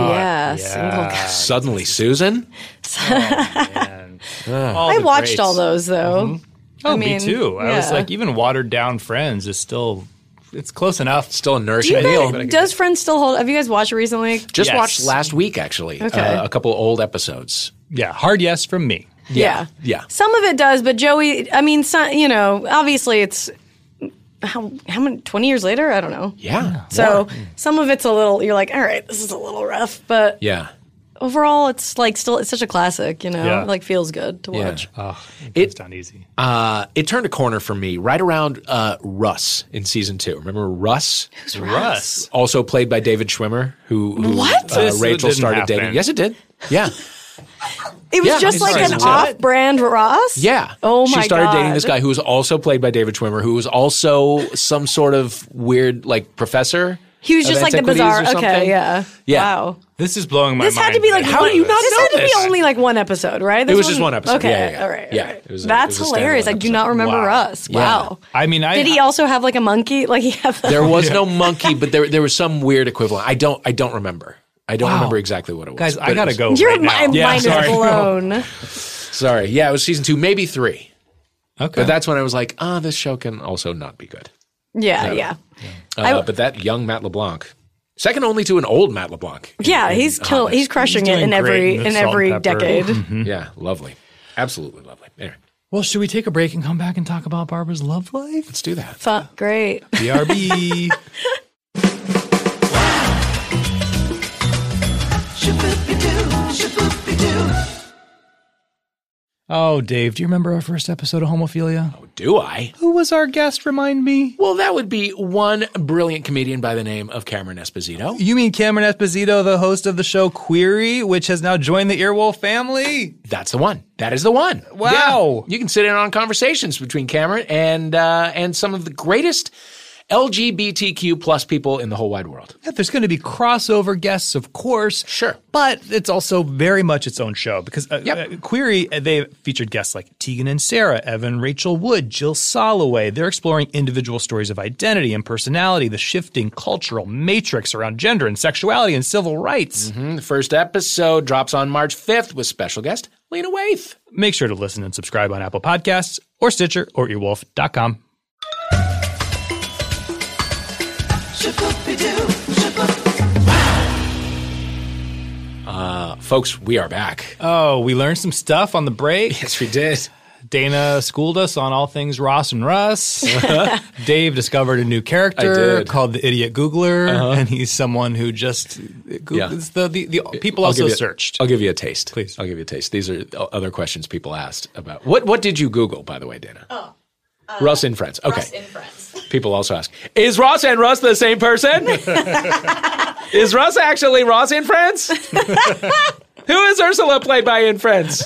yeah. yeah. Single guy. Suddenly, Susan. I watched all those though. Oh, I mean, me too. I was yeah. like, even watered down Friends is still, it's close enough. Still a Do you nourishing meal. guys, does Friends still hold? Have you guys watched it recently? Just Yes. watched last week, actually. Okay. Uh, a couple old episodes. Yeah, hard yes from me. Yeah. yeah. Some of it does, but Joey, I mean, some, you know, obviously it's how how many 20 years later, I don't know. Yeah. So More. some of it's a little you're like, all right, this is a little rough, but yeah. overall it's like still it's such a classic, you know. Yeah. It, like feels good to Yeah. watch. Oh, it, It- it's not easy. Uh, it turned a corner for me right around uh, Russ in season two. Remember Russ? Russ. Also played by David Schwimmer, who, who What? uh, This Rachel didn't started happen. dating. Yes, it did. Yeah. It was Yeah, just it's like an season two. off-brand Ross. Yeah. Oh my She started dating this God. guy who was also played by David Schwimmer, who was also some sort of weird like professor. He was of just like the antiquities bizarre. or Okay, something. yeah. Yeah. Wow. This is blowing my This mind. had to be like that I How one- do you not This know had to this? be only like one episode, right? This was just wasn't- one episode. Okay, Yeah, yeah, yeah. all right. Yeah, all right. it was a- That's it was a standalone hilarious. I do not episode. remember Wow. Russ. Yeah. Wow. I mean, I- did he I- also have like a monkey? Like he had the- There was no monkey, but there there was some weird equivalent. I don't I don't remember. I don't remember exactly what it was. Guys, but I it gotta was- go. Your right mi- now. mind is blown. Sorry. Yeah, it was season two, maybe three. Okay. But that's when I was like, ah, this show can also not be good. Yeah, yeah. Uh, but that young Matt LeBlanc, second only to an old Matt LeBlanc. Yeah, he's kill, he's crushing He's it in doing great every in in, the salt every and pepper. decade. Yeah, lovely. Absolutely lovely. Anyway, well, should we take a break and come back and talk about Barbara's love life? let's do that. Fu- great. BRB. oh, Dave, do you remember our first episode of Homophilia? Do I? Who was our guest? Remind me. Well, that would be one brilliant comedian by the name of Cameron Esposito. You mean Cameron Esposito, the host of the show Query, which has now joined the Earwolf family? That's the one. That is the one. Wow. Yeah. You can sit in on conversations between Cameron and uh, and some of the greatest LGBTQ plus people in the whole wide world. Yeah, there's going to be crossover guests, of course. Sure. But it's also very much its own show because uh, Yep. uh, Query, uh, they featured guests like Tegan and Sarah, Evan, Rachel Wood, Jill Soloway. They're exploring individual stories of identity and personality, the shifting cultural matrix around gender and sexuality and civil rights. And the first episode drops on March 5th with special guest Lena Waithe. Make sure to listen and subscribe on Apple Podcasts or Stitcher or earwolf.com. Folks, we are back. Oh, we learned some stuff on the break. yes, we did. Dana schooled us on all things Ross and Russ. Dave discovered a new character I did. Uh-huh. called the Idiot Googler, and he's someone who just Goog- Yeah. it's the, the, the people I'll also give you- searched. I'll give you a taste. Please. I'll give you a taste. These are o- other questions people asked about. What What did you Google, by the way, Dana? Oh. Russ and friends. Okay. People also ask, is Ross and Russ the same person? is Russ actually Ross in Friends? Who is Ursula played by in Friends?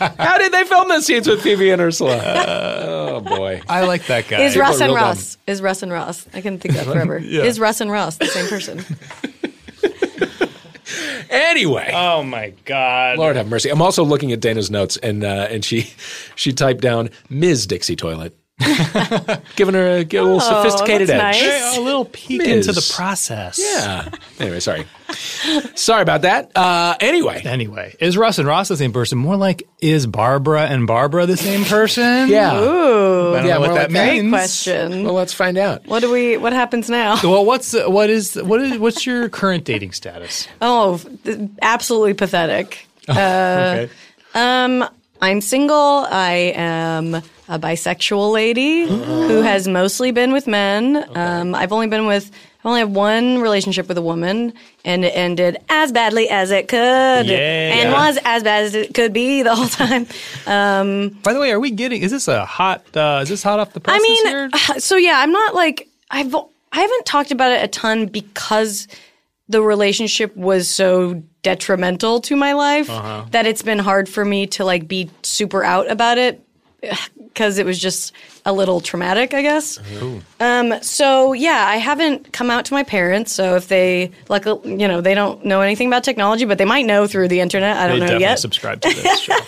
How did they film the scenes with Phoebe and Ursula? Uh, oh boy. I like that guy. Is Russ and real dumb. Ross? Is Russ and Ross? I can think that forever. Is Russ and Ross the same person? Anyway. oh my God. Lord have mercy. I'm also looking at Dana's notes, and uh, and she she typed down Ms. Dixie Toilet, giving her a, a little sophisticated Oh, that's edge. nice. Hey, a little peek Miz. into the process. Yeah. Anyway, sorry. sorry about that. Uh, anyway. Anyway, is Russ and Ross the same person? More like, is Barbara and Barbara the same person? Yeah. I don't Yeah, know more what like that that. means. Question. Well, let's find out. What do we? What happens now? Well, what's what is what is what's your current dating status? Oh, th- absolutely pathetic. Uh, um, okay. I'm single. I am a bisexual lady who has mostly been with men. Um, I've only been with, I've only had one relationship with a woman, and it ended as badly as it could, Yeah. and was as bad as it could be the whole time. By the way, are we getting? Is this a hot? Uh, is this hot off the I presses mean, here? so yeah, I'm not like I've I haven't talked about it a ton because the relationship was so detrimental to my life Uh-huh. that it's been hard for me to like be super out about it because it was just a little traumatic, I guess. Um, so yeah, I haven't come out to my parents. So if they like, you know, they don't know anything about technology, but they might know through the internet. I They don't know definitely yet. subscribe to this. Sure.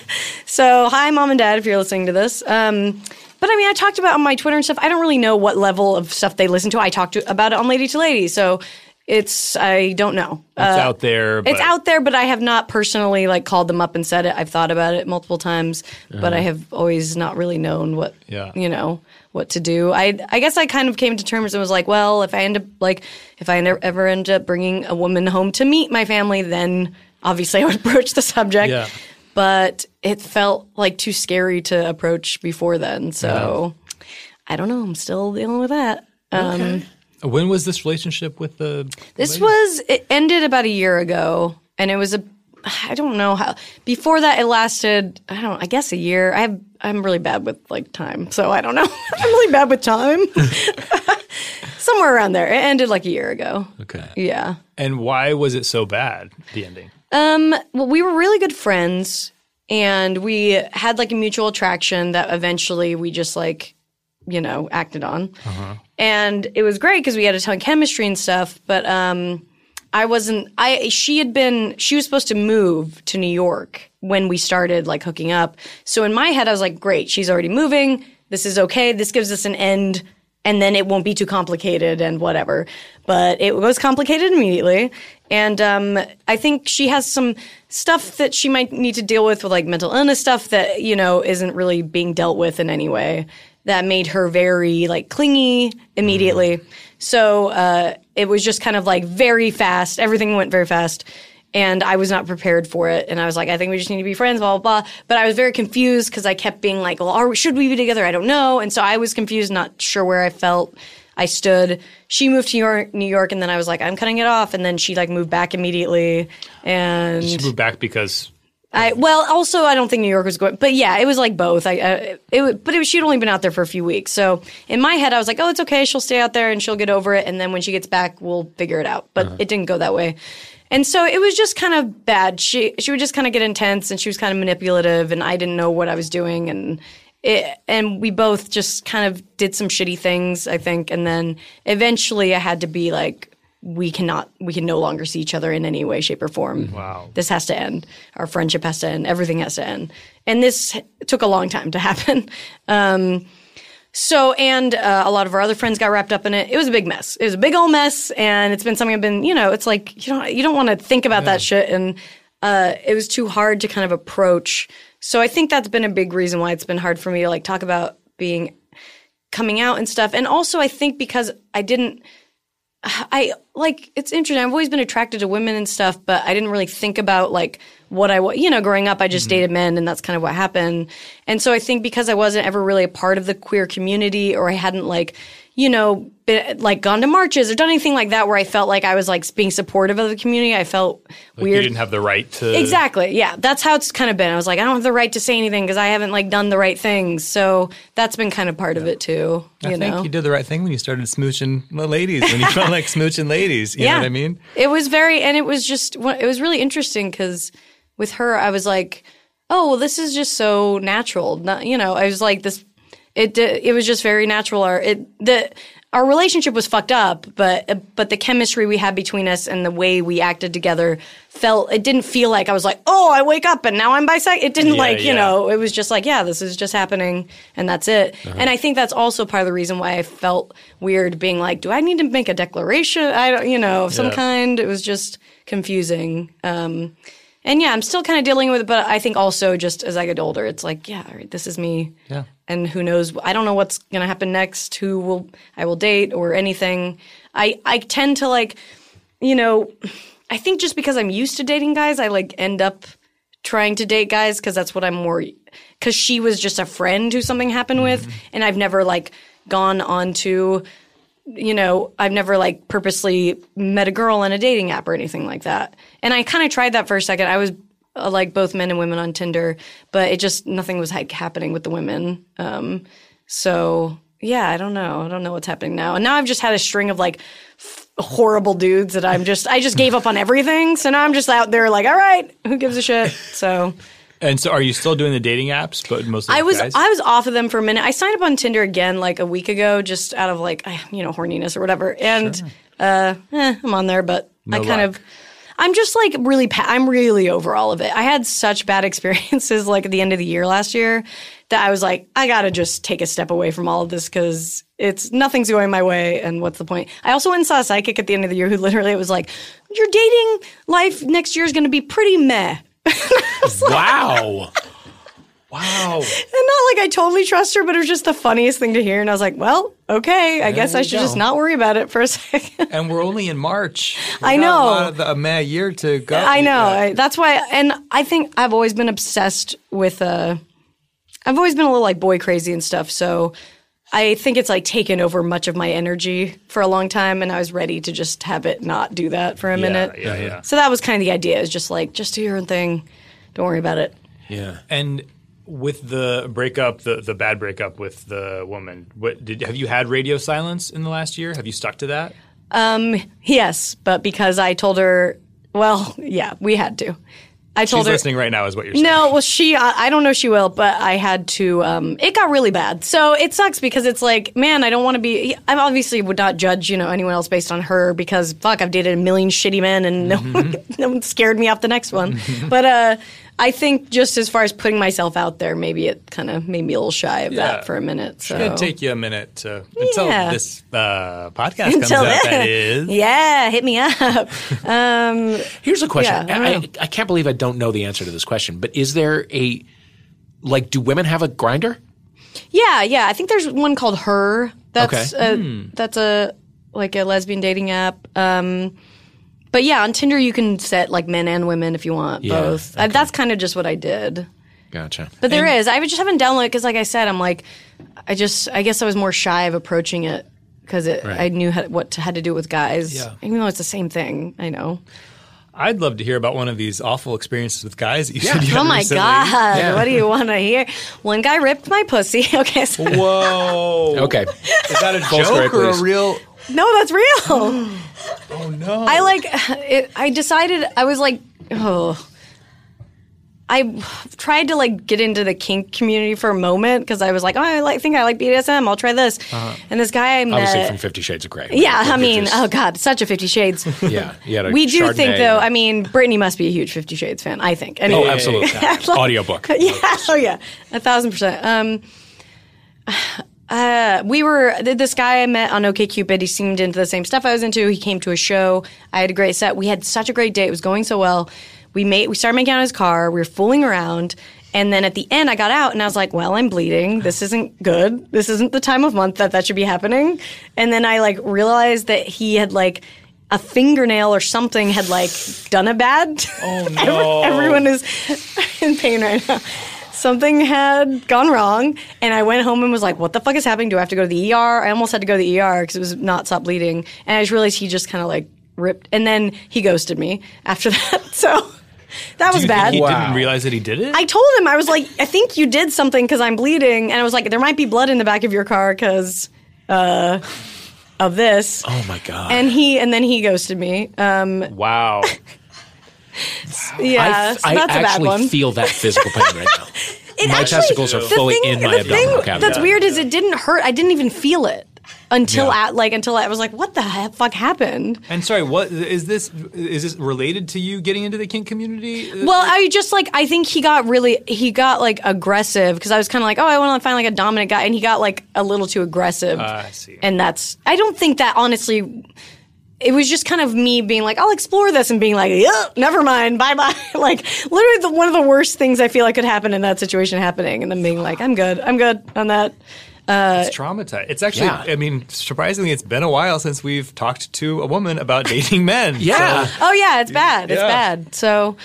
So, hi, mom and dad, if you're listening to this. Um, but I mean, I talked about on my Twitter and stuff. I don't really know what level of stuff they listen to. I talked to, about it on Lady to Lady, so it's I don't know. Uh, it's out there. But it's out there, but I have not personally like called them up and said it. I've thought about it multiple times, but I have always not really known what Uh-huh. Yeah. you know what to do. I I guess I kind of came to terms and was like, well, if I end up like if I end- ever end up bringing a woman home to meet my family, then obviously I would broach the subject. Yeah. But it felt like too scary to approach before then, so I don't know. I'm still dealing with that. When was this relationship with the? This was it ended about a year ago, and it was a I don't know how. Before that, it lasted I don't I guess a year. I have I'm really bad with like time, so I don't know. I'm really bad with time. Somewhere around there, it ended like a year ago. Okay. Yeah. And why was it so bad? The ending. well, we were really good friends and we had like a mutual attraction that eventually we just like, you know, acted on. And it was great because we had a ton of chemistry and stuff, but um I wasn't I she had been she was supposed to move to New York when we started like hooking up. So in my head I was like, great, she's already moving. This is okay. This gives us an end and then it won't be too complicated and whatever. But it was complicated immediately. And um, I think she has some stuff that she might need to deal with, with like mental illness stuff that, you know, isn't really being dealt with in any way that made her very like clingy immediately. So uh, it was just kind of like very fast. Everything went very fast. And I was not prepared for it. And I was like, I think we just need to be friends, blah, blah, blah. But I was very confused because I kept being like, well, are we, should we be together? I don't know. And so I was confused, not sure where I felt I stood. She moved to New York, New York and then I was like, I'm cutting it off. And then she like moved back immediately. And She moved back because I well, also I don't think New York was going, but yeah, it was like both. I, I it was, but it was, she'd only been out there for a few weeks, so in my head I was like, oh, it's okay, she'll stay out there and she'll get over it, and then when she gets back, we'll figure it out. But it didn't go that way, and so it was just kind of bad. She she would just kind of get intense, and she was kind of manipulative, and I didn't know what I was doing, and it and we both just kind of did some shitty things, I think, and then eventually I had to be like, we cannot, we can no longer see each other in any way, shape, or form. Wow. This has to end. Our friendship has to end. Everything has to end. And this took a long time to happen. Um, so, and uh, a lot of our other friends got wrapped up in it. It was a big mess. It was a big old mess. And it's been something I've been, you know, it's like, you don't, you don't want to think about that shit. And uh, it was too hard to kind of approach. So I think that's been a big reason why it's been hard for me to like talk about being coming out and stuff. And also, I think because I didn't I like it's interesting. I've always been attracted to women and stuff, but I didn't really think about like what I wa You know, growing up, I just dated men, and that's kind of what happened. And so I think because I wasn't ever really a part of the queer community, or I hadn't like, you know, been, like gone to marches or done anything like that, where I felt like I was like being supportive of the community, I felt you weird. didn't have the right to. Exactly. Yeah, that's how it's kind of been. I was like, I don't have the right to say anything because I haven't like done the right things. So that's been kind of part of it too. I you think know? you did the right thing when you started smooching the ladies. When you felt like smooching ladies, you know what I mean? It was very, and it was just, it was really interesting because with her, I was like, oh, well, this is just so natural. Not, you know, I was like, this, it, di- it was just very natural. Our, it, the, our relationship was fucked up, but but the chemistry we had between us and the way we acted together felt it didn't feel like I was like oh I wake up and now I'm bisexual. It didn't Yeah, like yeah. you know it was just like yeah this is just happening and that's it. Uh-huh. And I think that's also part of the reason why I felt weird being like do I need to make a declaration I don't you know of some Yeah. kind. It was just confusing. Um, and yeah, I'm still kind of dealing with it, but I think also just as I get older, it's like, yeah, all right, this is me. Yeah. And who knows? I don't know what's going to happen next, who will I will date or anything. I, I tend to like, you know, I think just because I'm used to dating guys, I like end up trying to date guys because that's what I'm more because she was just a friend who something happened with, and I've never like gone on to, you know, I've never like purposely met a girl on a dating app or anything like that. And I kind of tried that for a second. I was uh, like both men and women on Tinder, but it just nothing was like happening with the women. Um, so yeah, I don't know. I don't know what's happening now. And now I've just had a string of like f- horrible dudes that I'm just I just gave up on everything. So now I'm just out there like, all right, who gives a shit? So And so, are you still doing the dating apps? But mostly, I was guys? I was off of them for a minute. I signed up on Tinder again like a week ago, just out of like I- you know horniness or whatever. And uh, eh, I'm on there, but I No kind luck. of I'm just like really pa- I'm really over all of it. I had such bad experiences like at the end of the year last year that I was like I gotta just take a step away from all of this because it's nothing's going my way and what's the point? I also went and saw a psychic at the end of the year who literally was like, your dating life next year is going to be pretty meh. Wow. wow. And not like I totally trust her, but it was just the funniest thing to hear. And I was like, well, okay, I guess I you should go. just not worry about it for a second. and we're only in March. We I got know. a, lot of the, a mad year to go. I know. I, that's why. And I think I've always been obsessed with, uh, I've always been a little like boy crazy and stuff. So I think it's like taken over much of my energy for a long time. And I was ready to just have it not do that for a minute. yeah, yeah. So that was kind of the idea. It was just like, just do your own thing. Don't worry about it. Yeah. And with the breakup, the the bad breakup with the woman, what did have you had radio silence in the last year? Have you stuck to that? Yes. But because I told her, well, yeah, we had to. I told She's her. listening right now, is what you're saying. No, well, she, I, I don't know if she will, but I had to, um, it got really bad. So it sucks because it's like, man, I don't want to be, I obviously would not judge, you know, anyone else based on her because fuck, I've dated a million shitty men and no, one, Mm-hmm. no one scared me off the next one. but, uh, I think just as far as putting myself out there, maybe it kind of made me a little shy of Yeah. that for a minute. So. It's gonna take you a minute to, until Yeah. this uh, podcast comes Until out. then. That is. Yeah, hit me up. um, Here's a question. Yeah, I I, I, don't know. I can't believe I don't know the answer to this question, but is there a like do women have a grinder? Yeah, yeah. I think there's one called Her. That's Okay. Hmm. a, that's a like a lesbian dating app. Um, but yeah, on Tinder you can set like men and women if you want Yeah, both. Uh, That's kind of just what I did. Gotcha. But there is. I just haven't downloaded because, like I said, I'm like, I just I guess I was more shy of approaching it because it, Right. I knew how, what to, had to do with guys. Yeah. Even though it's the same thing, I know. I'd love to hear about one of these awful experiences with guys that you said you had Oh my recently. god! What do you want to hear? One guy ripped my pussy. Okay, so, Whoa. Okay. Is that a joke story, or please. a real? no, that's real. Oh no. I like it, I decided I was like oh I tried to like get into the kink community for a moment because I was like oh I like think I like BDSM I'll try this and this guy I met Uh-huh. Obviously from Fifty Shades of Grey. yeah I You're mean just- oh god such a Fifty Shades yeah. You had a we do think Chardonnay. though I mean Brittany must be a huge Fifty Shades fan I think anyway Oh, absolutely. Audiobook. yeah. Oh, yeah. A thousand percent. Um, uh, we were th- this guy I met on OkCupid. He seemed into the same stuff I was into. He came to a show. I had a great set. We had such a great day. It was going so well. We made we started making out in his car. We were fooling around. And then at the end, I got out and I was like, "Well, I'm bleeding. This isn't good. This isn't the time of month that that should be happening." And then I like realized that he had like a fingernail or something had like done a bad. Oh Every- no. Everyone is in pain right now. Something had gone wrong, and I went home and was like, "What the fuck is happening? Do I have to go to the ER?" I almost had to go to the ER because it was not stop bleeding, and I just realized he just kind of like ripped, and then he ghosted me after that. So that was You think bad. He Wow. didn't realize that he did it. I told him I was like, "I think you did something because I'm bleeding," and I was like, "There might be blood in the back of your car because uh, of this." Oh my god. And he, and then he ghosted me. Um, wow. I, yeah, f- so I that's a bad actually one. feel that physical pain right now. It my actually- testicles are the fully thing- in my the abdominal thing cavity. That's weird is it didn't hurt. I didn't even feel it until Yeah. at like until I was like, what the he- fuck happened? And sorry, what is this? Is this related to you getting into the kink community? Well, I just like I think he got really he got like aggressive because I was kind of like, oh, I want to find like a dominant guy, and he got like a little too aggressive. Ah, I see. And that's I don't think that honestly. It was just kind of me being like, I'll explore this, and being like, yeah, never mind, bye bye. like literally, the, one of the worst things I feel like could happen in that situation happening, and then being like, I'm good, I'm good on that. it's uh, traumatized. It's actually, Yeah. I mean, surprisingly, it's been a while since we've talked to a woman about dating men. Yeah. So- Oh yeah, it's bad. It's Yeah. bad. So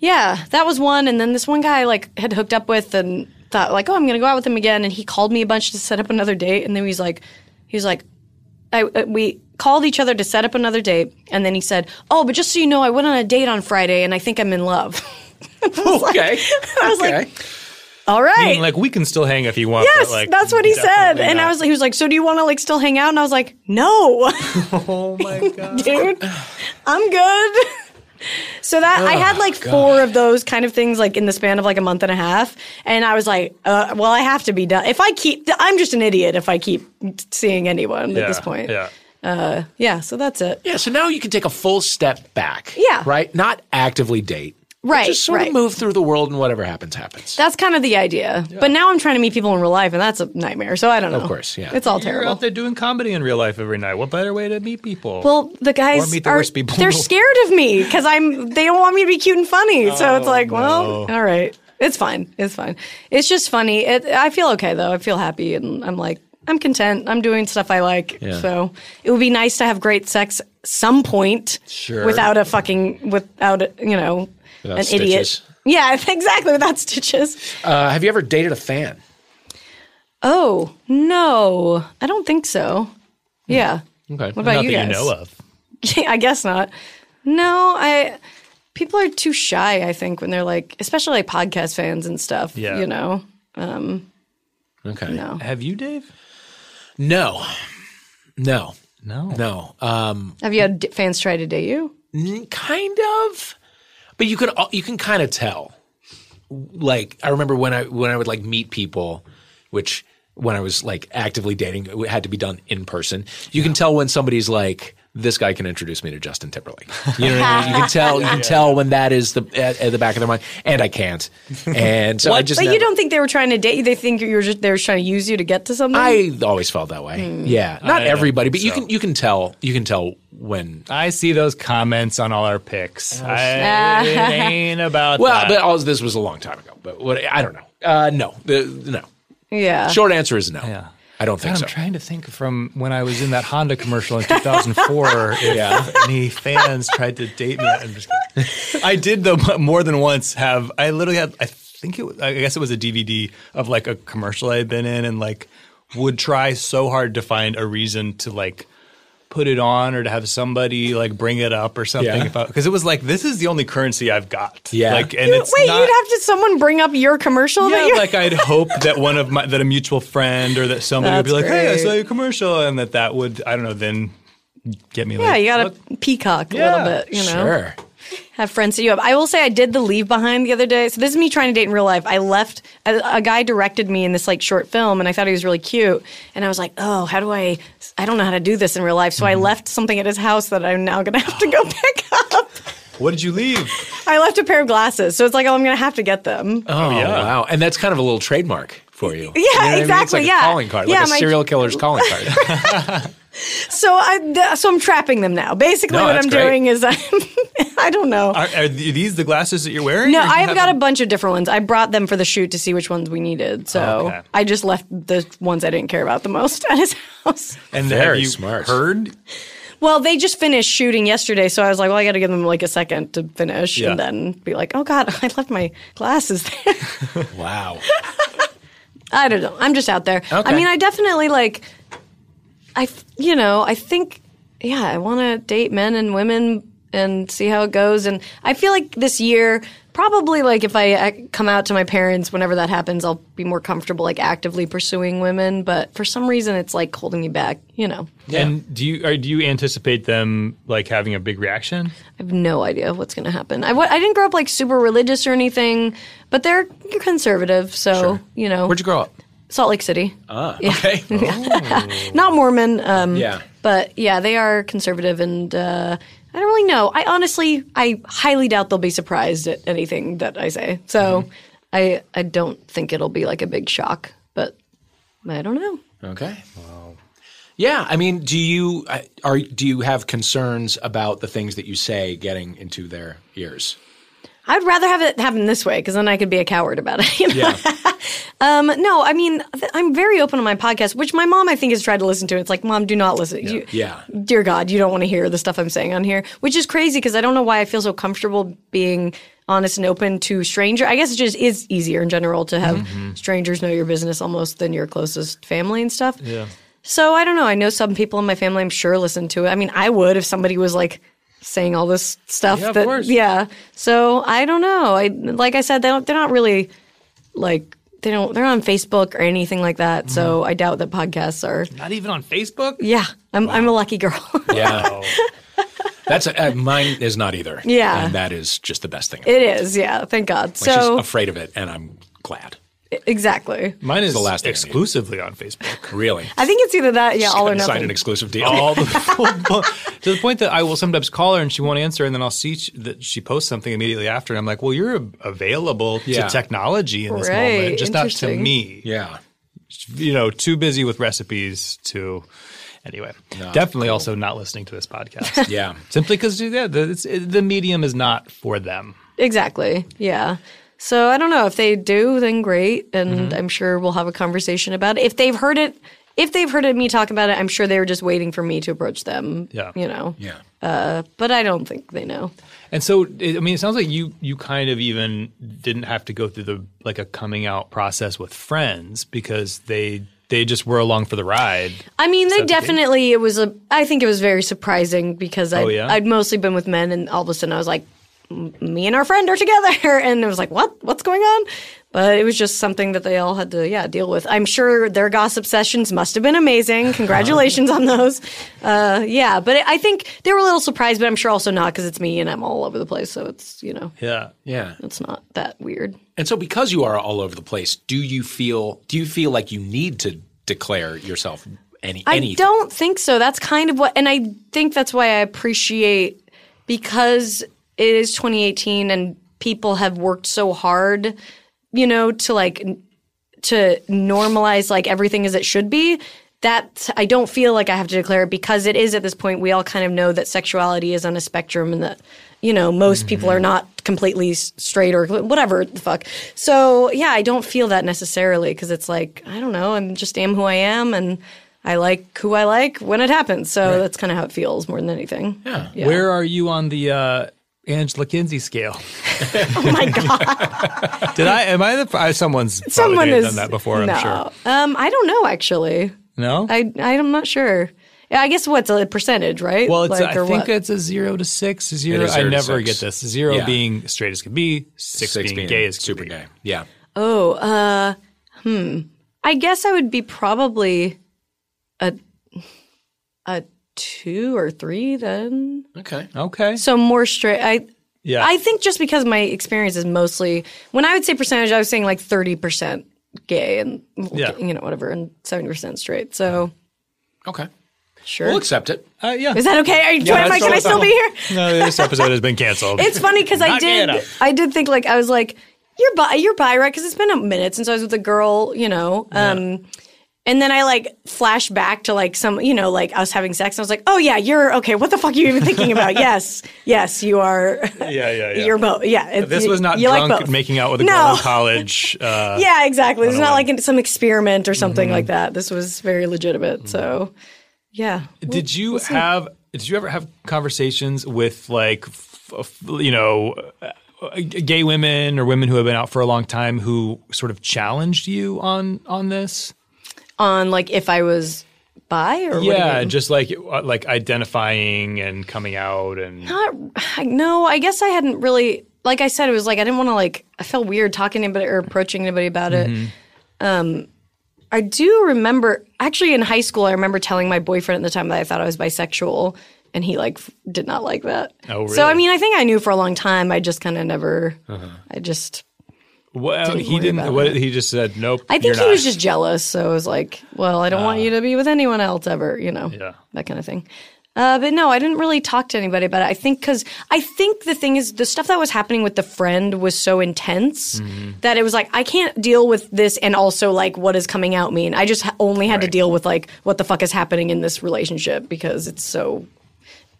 yeah, that was one. And then this one guy like had hooked up with and thought like, oh, I'm gonna go out with him again. And he called me a bunch to set up another date. And then he's like, he was like, I uh, we called each other to set up another date. And then he said, oh, but just so you know, I went on a date on Friday, and I think I'm in love. okay. I was like, All right. Meaning, like, we can still hang if you want. but, yes, like, that's what he said. definitely And I not. was he was like, "So do you want to like still hang out?" And I was like, "No, oh my god. dude, I'm good." So that I had like four of those kind of things like in the span of like a month and a half, and I was like, uh, "Well, I have to be done. If I keep, I'm just an idiot if I keep seeing anyone at this point." Yeah. Yeah, So that's it. Yeah, so now you can take a full step back. Yeah. Right? Not actively date. but Right, Just sort right. of move through the world and whatever happens, happens. That's kind of the idea. But now I'm trying to meet people in real life, and that's a nightmare. So I don't know. course, yeah. It's all You're terrible. out there doing comedy in real life every night. What better way to meet people? Well, the guys Or meet the are worst people in they're the world. scared of me because I'm they don't want me to be cute and funny. So Oh, it's like, well, all right, it's fine, it's fine. It's just funny. It, I feel okay though. I feel happy, and I'm like, I'm content. I'm doing stuff I like. Yeah. So it would be nice to have great sex some point, Sure. without a fucking without you know Without an stitches. idiot. Yeah, exactly. Without stitches. Uh, have you ever dated a fan? Oh no, I don't think so. Yeah. Okay. What Hmm. about Not you that guys? you know of. I guess not. No, I people are too shy, I think, when they're like especially like podcast fans and stuff. Yeah. You know? Okay. No. Have you, Dave? No. No. No. No. Um, Have you had d- fans try to date you? n- kind of, but you can al- you can kind of tell. Like I remember when I when I would like meet people, which when I was like actively dating, it had to be done in person. You can tell when somebody's like. This guy can introduce me to Justin Timberlake. You know what I mean? You can tell. You can tell when that is the at, at the back of their mind, and I can't. And so I just. but never- you don't think they were trying to date you? They think you were just they were trying to use you to get to something. I always felt that way. Hmm. Yeah, not I don't everybody, but you so. can you can tell you can tell when. I see those comments on all our Oh, picks. I, it ain't about Well, that. but all this was a long time ago. But what I don't know. Uh, no, the, no. Uh, yeah. Short answer is no. Yeah. I don't God, think I'm so. trying to think from when I was in that Honda commercial in 2004 if Yeah. any fans tried to date me. I'm just kidding. I did though m- more than once have I literally had I think it was I guess it was a DVD of like a commercial I had been in and like would try so hard to find a reason to like put it on or to have somebody like bring it up or something Yeah. because it was like this is the only currency I've got Yeah. like and You- it's Wait, not, you'd have to someone bring up your commercial that yeah, you like I'd hope that one of my that a mutual friend or that somebody would be That's like, "Hey, I great. saw your commercial," and that that would I don't know then get me. Yeah, like, you gotta "Look, peacock a Yeah, little bit, you know. Sure. have friends set you up. I will say I did the leave behind the other day. So this is me trying to date in real life. I left a, a guy directed me in this like short film, and I thought he was really cute. And I was like, oh, how do I? I don't know how to do this in real life. So Mm-hmm. I left something at his house that I'm now gonna have to go pick up. what did you leave? I left a pair of glasses, so it's like, oh, I'm gonna have to get them. Oh, yeah. wow, and that's kind of a little trademark for you. Yeah, It's exactly, like yeah. a calling card, Yeah, like a my- serial killer's calling card. So I, th- so I'm trapping them now. Basically, No, what that's I'm great. doing is I'm, I don't know. Are, are th- these the glasses that you're wearing? No, Or you I've got a have- bunch of different ones. I brought them for the shoot to see which ones we needed. Oh, So Okay. I just left the ones I didn't care about the most at his house. And have Very you smart. Heard? Well, they just finished shooting yesterday, so I was like, well, I got to give them like a second to finish Yeah. and then be like, oh God, I left my glasses there. wow. I don't know. I'm just out there. I Okay. mean, I definitely like, I, f- you know, I think, yeah, I want to date men and women and see how it goes. And I feel like this year, probably like if I, I come out to my parents, whenever that happens, I'll be more comfortable like actively pursuing women. But for some reason, it's like holding me back, you know. And do you are, do you anticipate them like having a big reaction? I have no idea what's going to happen. I, wa- I didn't grow up like super religious or anything, but they're conservative. So, you know, Where'd you grow up? Salt Lake City. Ah, okay. Not Mormon. Um, Yeah. But yeah, they are conservative. And uh, I don't really know. I honestly, I highly doubt they'll be surprised at anything that I say. So Mm-hmm. I, I don't think it'll be like a big shock, but I don't know. Okay. Wow. Yeah, I mean, do you I- are do you have concerns about the things that you say getting into their ears? I'd rather have it happen this way because then I could be a coward about it. You know? Yeah. Um, no, I mean, th- I'm very open on my podcast, which my mom, I think, has tried to listen to. It's like, mom, do not listen. You, Yeah. Dear God, you don't want to hear the stuff I'm saying on here, which is crazy because I don't know why I feel so comfortable being honest and open to stranger. I guess it just is easier in general to have Mm-hmm. strangers know your business almost than your closest family and stuff. Yeah. So I don't know. I know some people in my family, I'm sure, listen to it. I mean, I would if somebody was like saying all this stuff. Yeah, of that, course. Yeah. So I don't know. I like I said, they don't. They're not really like they don't they're on Facebook or anything like that. So Mm-hmm. I doubt that podcasts are. Not even on Facebook? Yeah, I'm I'm a lucky girl. Yeah. That's uh, mine is not either. Yeah. and that is just the best thing. it is. Yeah, thank God. Like, so she's afraid of it, and I'm glad. exactly. Mine is the last thing I need. exclusively on Facebook. Really, I think it's either that, yeah, all or Couldn't sign nothing. an exclusive deal. All the full bu- to the point that I will sometimes call her and she won't answer, and then I'll see sh- that she posts something immediately after, and I'm like, "Well, you're a- available Yeah. to technology in this Right, moment, just not to interesting. me." yeah, You know, too busy with recipes to. Anyway, definitely also not listening to this podcast. yeah. Simply because yeah, the, it's, it, the medium is not for them. Exactly. Yeah. So I don't know if they do, then great, and I'm sure we'll have a conversation about it. If they've heard it, if they've heard me talk about it, I'm sure they were just waiting for me to approach them. Yeah. You know. Yeah. Uh, But I don't think they know. And so, it, I mean, it sounds like you you kind of even didn't have to go through the like a coming out process with friends because they they just were along for the ride. I mean, they definitely. It was a. I think it was very surprising because I Oh, would yeah? I'd mostly been with men, and all of a sudden I was like, "M- me and our friend are together, and it was like, what? What's going on? But it was just something that they all had to, yeah, deal with. I'm sure their gossip sessions must have been amazing. Congratulations on those. Uh, yeah, but I think they were a little surprised, but I'm sure also not because it's me and I'm all over the place, so it's you know, Yeah. Yeah. it's not that weird. And so because you are all over the place, do you feel do you feel like you need to declare yourself any anything? I don't think so. That's kind of what, and I think that's why I appreciate because it is 2018 and people have worked so hard, you know, to like n- to normalize like everything as it should be. That I don't feel like I have to declare it because it is at this point we all kind of know that sexuality is on a spectrum and that you know most people Mm-hmm. are not completely s- straight or whatever the fuck. So yeah, I don't feel that necessarily because it's like I don't know. I'm just am who I am and I like who I like when it happens. So that's kind of how it feels more than anything. Yeah. Where are you on the uh, Angela Kinsey scale? oh my god. Did I? Am I the? I, someone's probably Someone done is that before. no. I'm sure. Um, I don't know actually. No. I I'm not sure. Yeah, I guess what's a percentage, right? well, it's, Like, I or think what? it's a zero to six. Zero. is zero I to never six. get this. Zero Yeah. being straight as can be. Six, Six being, gay as can super be. gay. Yeah. Oh, uh, hmm. I guess I would be probably a a two or three then. Okay. Okay. So more straight. I Yeah. I think just because my experience is mostly when I would say percentage, I was saying like thirty percent gay and Yeah. you know whatever, and seventy percent straight. So Okay. sure, We'll accept it. uh, yeah. is that okay? Are you, am I, that's can I totally still be fine. here? no, this episode has been canceled. It's funny because I Not gay did. enough. I did think like I was like, "You're bi, you're bi, right?" Because it's been a minute since I was with a girl, you know. Um, and then I like flash back to like some, you know, like I was having sex. And I was like, "Oh yeah, you're okay. What the fuck are you even thinking about?" yes, yes, you are. yeah, yeah, yeah. You're both. Yeah, it's- This you- was not you like drunk both. making out with a No. girl in college. Uh, Yeah, exactly. It's not like some experiment or Mm-hmm. something like that. This was very legitimate. Mm. So, yeah. Did you have? Did you ever have conversations with like, f- f- you know, uh, uh, gay women or women who have been out for a long time who sort of challenged you on on this? On like if I was bi or what do you Yeah, mean? just like uh, like identifying and coming out and not I- no i guess i hadn't really like i said it was like i didn't want to like i felt weird talking to anybody or approaching anybody about it Mm-hmm. um i do remember actually in high school i remember telling my boyfriend at the time that i thought i was bisexual and he like f- did not like that Oh, so i really? Uh-huh. mean i think i knew for a long time i just kind of never i just well, Didn't he worry didn't. about What, he just said nope. i you're think he not. was just jealous so i was like well i don't want you to be with anyone else ever you know Yeah. that kind of thing. Uh, but no, I didn't really talk to anybody about it. I think because I think the thing is the stuff that was happening with the friend was so intense Mm-hmm. that it was like I can't deal with this and also like what is coming out mean. I just ha- only had to Right. deal with like what the fuck is happening in this relationship because it's so,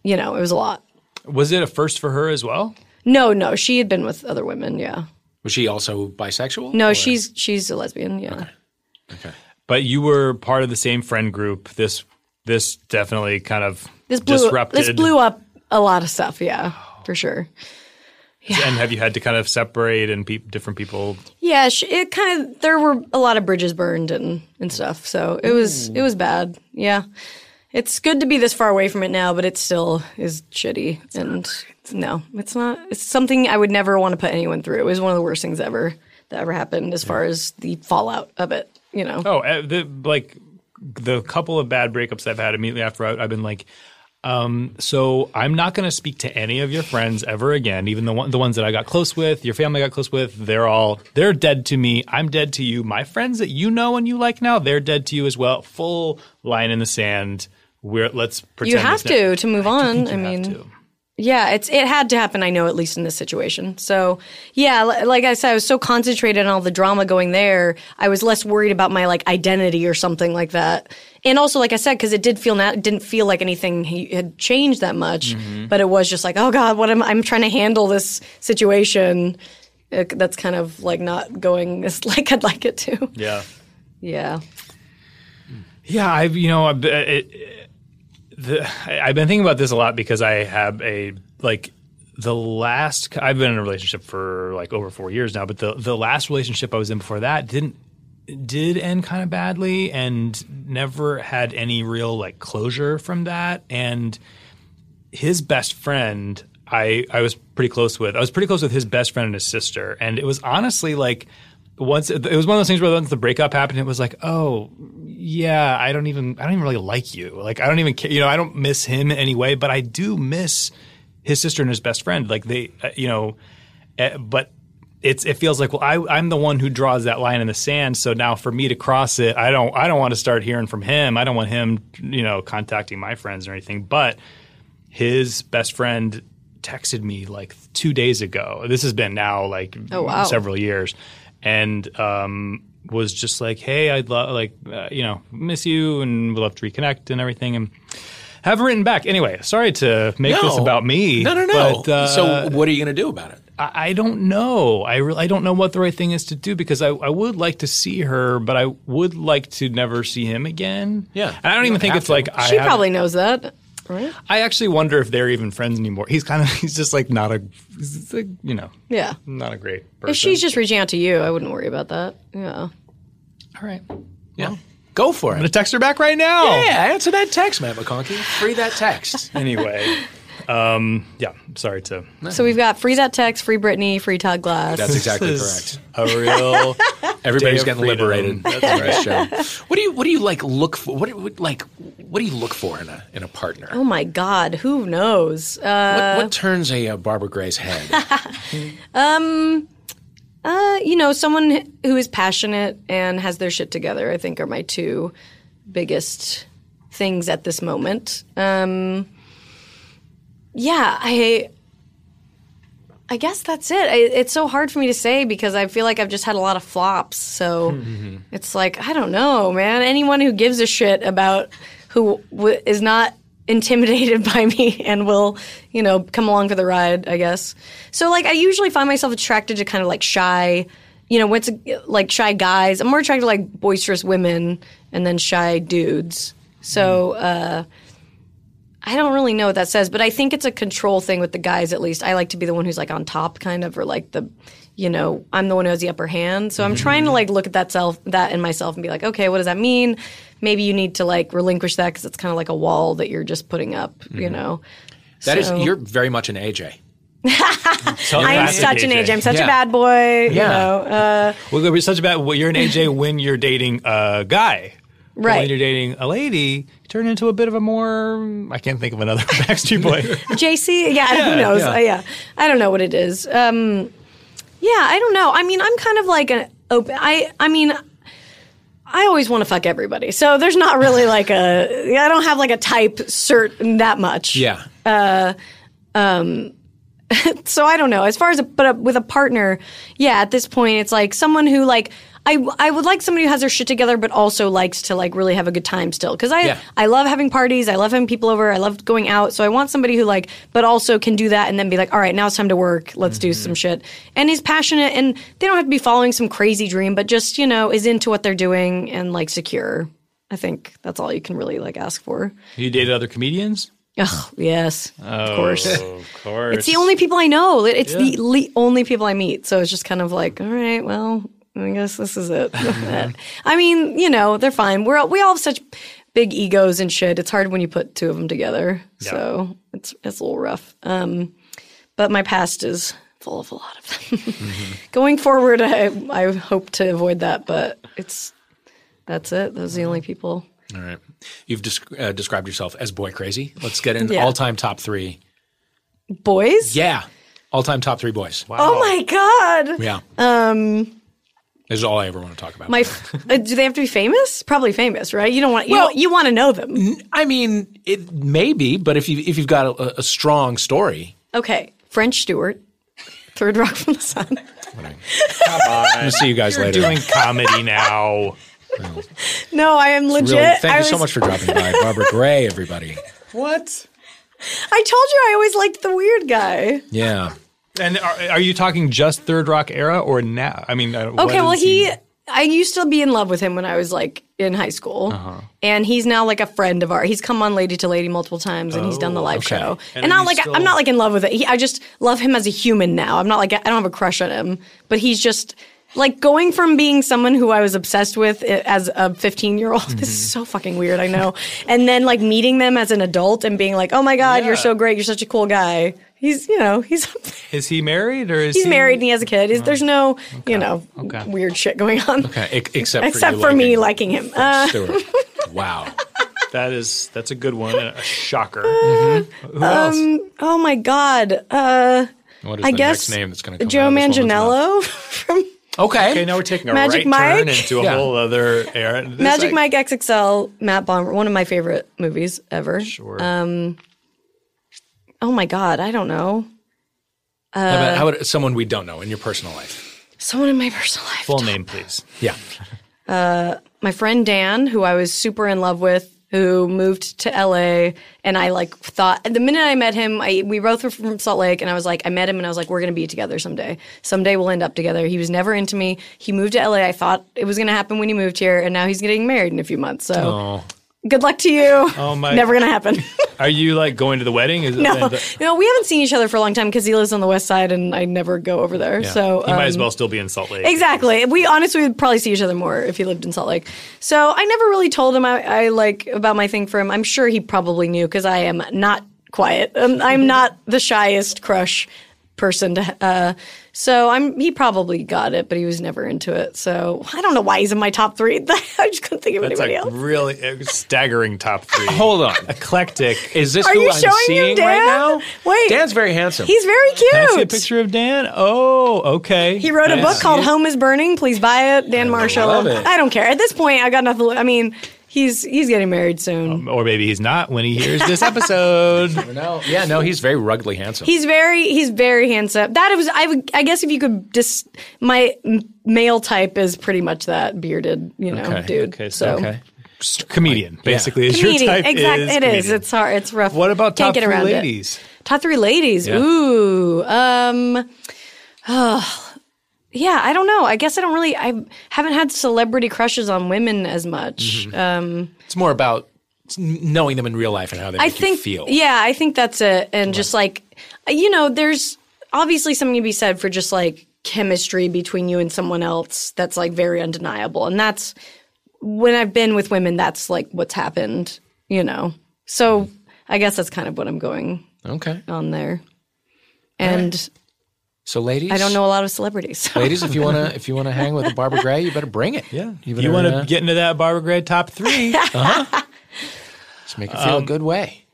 you know, it was a lot. Was it a first for her as well? No, no, she had been with other women. Yeah, Was she also bisexual? no, Or- she's she's a lesbian. Yeah, Okay. But you were part of the same friend group. This this definitely kind of this blew disrupted. this blew up a lot of stuff. Yeah, for sure. And have you had to kind of separate and peop different people? Yeah, sh- it kind of there were a lot of bridges burned and and stuff. So it was it was bad. Yeah, it's good to be this far away from it now, but it still is shitty. and no, it's not. It's something I would never want to put anyone through. It was one of the worst things ever. that ever happened as far as the fallout of it. You know, Oh, uh, the, like the couple of bad breakups I've had immediately after I, I've been like, um, so I'm not going to speak to any of your friends ever again. Even the one, the ones that I got close with, your family got close with, they're all they're dead to me. I'm dead to you. My friends that you know and you like now, they're dead to you as well. Full line in the sand. We're let's pretend you have it's not- to to move on. I, You have mean, to. Yeah, it's it had to happen. I know at least in this situation. So yeah, li- like I said, I was so concentrated on all the drama going there. I was less worried about my like identity or something like that. And also, like I said, because it did feel not, it didn't feel like anything he had changed that much. Mm-hmm. But it was just like, oh god, what am I'm trying to handle this situation? uh, that's kind of like not going as like I'd like it to. yeah. Yeah. Yeah, I've you know I've, it, the, I've been thinking about this a lot because I have a like the last I've been in a relationship for like over four years now, but the the last relationship I was in before that didn't did end kind of badly and never had any real like closure from that and his best friend I I was pretty close with. I was pretty close with his best friend and his sister, and it was honestly like once it was one of those things where once the breakup happened, it was like, oh yeah, I don't even I don't even really like you. Like I don't even care. You know, I don't miss him in any way, but I do miss his sister and his best friend. Like they, uh, you know, uh, but. It's, it feels like well I, I'm the one who draws that line in the sand so now for me to cross it I don't I don't want to start hearing from him I don't want him you know contacting my friends or anything but his best friend texted me like two days ago. This has been now like Oh, wow. several years, and um, was just like, "Hey, I'd love like uh, you know miss you, and we'd love to reconnect and everything." And haven't written back anyway. Sorry to make No. this about me. No, no, no. but, uh, so what are you going to do about it? I, I don't know. I re- I don't know what the right thing is to do because I, I would like to see her, but I would like to never see him again. Yeah. and I don't You even don't think have it's to. like I She haven't- probably knows that. Right? I actually wonder if they're even friends anymore. He's kind of he's just like not a he's like, you know Yeah. not a great person. If she's just reaching out to you, I wouldn't worry about that. Yeah. all right. I'm Yeah. Go for gonna it. text her back right now. Yeah, answer that text, Matt McConkey. Free that text. Anyway, um, yeah. Sorry to. So we've got free that text, free Britney, free Todd Glass. That's exactly This is correct. A real. Everybody's Day of getting liberated. freedom. That's on this show. What do you What do you like look for? What, do- what like What do you look for in a in a partner? oh my God, who knows? Uh, what, what turns a uh, Barbara Gray's head? uh, you know, someone who is passionate and has their shit together. I think are my two biggest things at this moment. Um, yeah, I. I guess that's it. I, it's so hard for me to say because I feel like I've just had a lot of flops. So it's like I don't know, man. Anyone who gives a shit about who w- is not intimidated by me and will, you know, come along for the ride, I guess. So like I usually find myself attracted to kind of like shy, you know, what's like shy guys. I'm more attracted to like boisterous women and then shy dudes. So I don't really know what that says, but I think it's a control thing with the guys at least. I like to be the one who's like on top kind of or like the you know, I'm the one who has the upper hand. So I'm Mm-hmm. trying to like look at that self that in myself and be like, "Okay, what does that mean? Maybe you need to like relinquish that cuz it's kind of like a wall that you're just putting up, Mm-hmm. you know." That is, So- you're very much an AJ. Oh, I'm such an age. I'm such Yeah. a bad boy, you Yeah. know. Uh, Well, you're such a bad. Well, you're an AJ when you're dating a guy. But When Right. you're dating a lady, you turn into a bit of a more. I can't think of another Backstreet Boy. JC, yeah, who knows? yeah. Uh, yeah, I don't know what it is. Um, yeah, I don't know. I mean, I'm kind of like an open. I I mean, I always want to fuck everybody, so there's not really like a. I don't have like a type cert that much. Yeah. So I don't know. As far as a, but a, with a partner, yeah, at this point, it's like someone who like. I, I would like somebody who has their shit together, but also likes to like really have a good time still. Because I Yeah. I love having parties, I love having people over, I love going out. So I want somebody who like, but also can do that and then be like, all right, now it's time to work. Let's do some shit. And is passionate, and they don't have to be following some crazy dream, but just you know is into what they're doing and like secure. I think that's all you can really like ask for. you dated other comedians? Ugh, yes, of course. of course. It's the only people I know. It- It's the le- only people I meet. So it's just kind of like, all right, well, I guess this is it. Eh. I mean, you know, they're fine. We're all, we all have such big egos and shit. It's hard when you put two of them together. So it's it's a little rough. Um, but my past is full of a lot of them. Going forward, I, I hope to avoid that, but it's that's it. Those are the only people. All right. You've desc- uh, described yourself as boy crazy. Let's get into Yeah. all time top three. Boys? Yeah. All time top three boys. Oh my god. Yeah. Um, this is all I ever want to talk about. My f- uh, do they have to be famous? Probably famous, right? You don't want you, Well- don't- you want to know them. I mean, it maybe, but if you if you've got a, a strong story, Okay. French Stewart. Third Rock from the Sun. I'll see you guys You're later. doing comedy now. No, I am legit. really, thank I you so was- much for dropping by, Barbara Gray, everybody. What? I told you I always liked the weird guy. Yeah. And are, are you talking just Third Rock era or now? I mean, uh, okay. Okay, well he I used to be in love with him when I was like in high school. And he's now like a friend of ours. He's come on Lady to Lady multiple times and he's done the live okay. show. And And, are not you like still- I'm not like in love with it. He, I just love him as a human now. I'm not like I don't have a crush on him, but he's just like going from being someone who I was obsessed with i- as a 15 year old, this is so fucking weird, I know. and then like meeting them as an adult and being like, oh my God, you're Yeah. so great. You're such a cool guy. He's, you know, he's up there. is he married or is He's he married and he has a kid. He's, there's no, you know, Okay. weird shit going on. Oh. Okay. ex- e-, Except for Except you for me liking liking him. Uh, French Stewart. wow. That is that's a good one. and A shocker. Mm-hmm. Who else? oh my God. Uh, What is I the guess next name that's going to come Joe out of this woman's mouth? Manganiello from Okay. Okay, now we're taking a Magic right turn Mike? into a Yeah. whole other era. This Magic I- Mike XXL, Matt Bomber, one of my favorite movies ever. Sure. Um, Oh my God. I don't know. how, Uh, about, how about someone we don't know in your personal life? Someone in my personal life. Full name, please. Yeah. my friend Dan, who I was super in love with, who moved to LA, and I like thought the minute I met him, I we both were from Salt Lake, and I was like, I met him, and I was like, we're gonna be together someday. Someday we'll end up together. He was never into me. He moved to LA. I thought it was gonna happen when he moved here, and now he's getting married in a few months. So good luck to you. Oh, my- Never gonna happen. Are you like going to the wedding? Is no, no, we haven't seen each other for a long time because he lives on the west side, and I never go over there. So you might um, as well still be in Salt Lake. Exactly. We honestly would probably see each other more if he lived in Salt Lake. So I never really told him I, I like about my thing for him. I'm sure he probably knew because I am not quiet. Um, I'm not the shyest crush person to. Uh, so I'm. He probably got it, but he was never into it. So I don't know why he's in my top three. I just couldn't think of That's anybody like else. really uh, staggering top three. Hold on. Eclectic. Is this Are who you I'm showing him seeing right Dan? now? Wait. Dan's very handsome. He's very cute. Can I see a picture of Dan? Oh, okay. He wrote a Can I book see called it? Home is Burning. Please buy it, Dan Marshall. love it. I don't care. At this point, I got nothing. to lo- I mean, he's he's getting married soon. Um, Or maybe he's not when he hears this episode. no, yeah, no, he's very ruggedly handsome. He's very he's very handsome. That was I would I guess if you could just my m- male type is pretty much that bearded you know Okay, dude. okay, so- so okay. comedian, basically, is comedian your type. exactly Is it is comedian. it's hard it's rough. What about Can't top get three around it. ladies? Top three ladies. Yeah. Ooh, um, oh, yeah. I don't know. I guess I don't really. I haven't had celebrity crushes on women as much. Mm-hmm. Um, It's more about knowing them in real life and how they I make think. you feel. Yeah, I think that's it. And just like, you know, there's obviously something to be said for just like chemistry between you and someone else that's like very undeniable. And that's when I've been with women, that's like what's happened, you know. So I guess that's kind of what I'm going Okay. on there. And So, ladies, I don't know a lot of celebrities. so- Ladies, if you wanna if you wanna hang with a Barbara Gray, you better bring it. Yeah. you, uh, You want to get into that Barbara Gray top three? just make it feel a good way.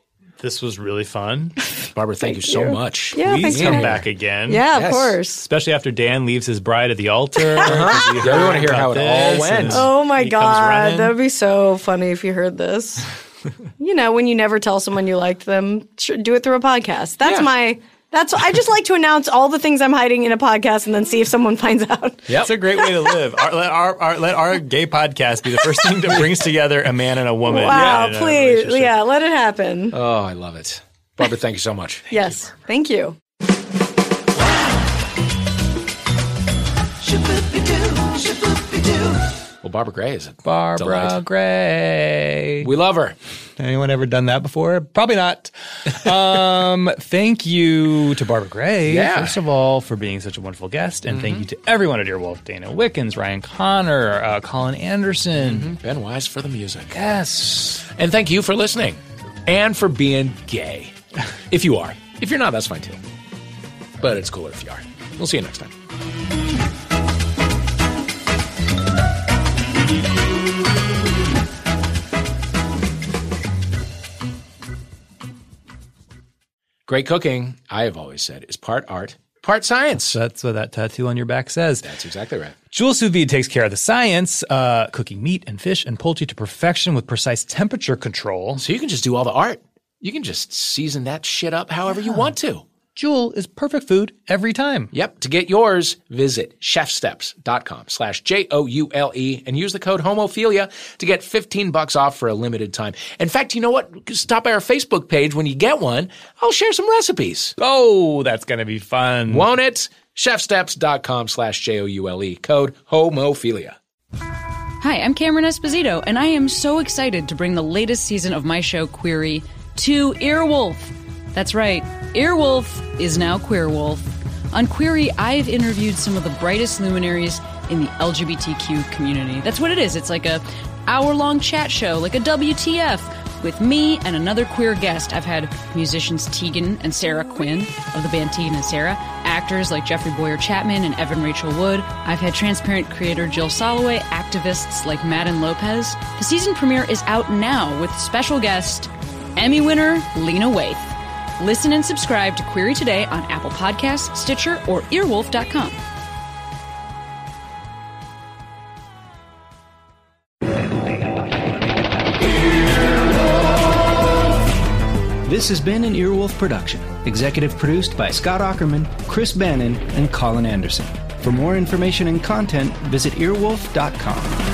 this was really fun. Barbara, thank, you so you. much. Yeah, Please thanks for come having me. back again. Yeah, Yes. of course. Especially after Dan leaves his bride at the altar. 'cause we Yeah, we heard wanna hear about how it all this, went. and Uh-huh. Oh my he comes god, running. that would be so funny if you heard this. you know, when you never tell someone you liked them, sure, do it through a podcast. That's Yeah. my. That's I just like to announce all the things I'm hiding in a podcast and then see if someone finds out. Yep. That's a great way to live. Our, let, our, our, let our gay podcast be the first thing that brings together a man and a woman. Wow, in a please, relationship. yeah, let it happen. Oh, I love it, Barbara. Thank you so much. yes, thank you. Shaboopy-doo, shaboopy-doo. Well, Barbara Gray is a Barbara delight. Gray. We love her. Anyone ever done that before? Probably not. Um, thank you to Barbara Gray, Yeah. Mm-hmm. first of all, for being such a wonderful guest. And thank you to everyone at Earwolf Dana Wickens, Ryan Connor, uh, Colin Anderson. Ben Wise for the music. Yes. And thank you for listening and for being gay. If you are. If you're not, that's fine too. But it's cooler if you are. We'll see you next time. Great cooking, I have always said, is part art, part science. That's what that tattoo on your back says. That's exactly right. Jewel Sous Vide takes care of the science, uh, cooking meat and fish and poultry to perfection with precise temperature control. So you can just do all the art. You can just season that shit up however you want to. Jewel is perfect food every time. Yep. To get yours, visit chefsteps.com slash J-O-U-L-E E and use the code homophilia to get 15 bucks off for a limited time. In fact, you know what? Stop by our Facebook page when you get one. I'll share some recipes. Oh, that's gonna be fun. Won't it? Chefsteps.com slash J-O-U-L-E. E. Code homophilia. Hi, I'm Cameron Esposito, and I am so excited to bring the latest season of my show, Query, to Earwolf. That's right, Earwolf is now Queerwolf. On Query, I've interviewed some of the brightest luminaries in the LGBTQ community. That's what it is. It's like a hour-long chat show, like a WTF, with me and another queer guest. I've had musicians Tegan and Sarah Quinn of the band Tegan and Sarah, actors like Jeffrey Boyer Chapman and Evan Rachel Wood. I've had transparent creator Jill Soloway, activists like Madden Lopez. The season premiere is out now with special guest Emmy winner Lena Waithe. Listen and subscribe to Query Today on Apple Podcasts, Stitcher, or earwolf.com. This has been an Earwolf production, executive produced by Scott Ackerman, Chris Bannon, and Colin Anderson. For more information and content, visit earwolf.com.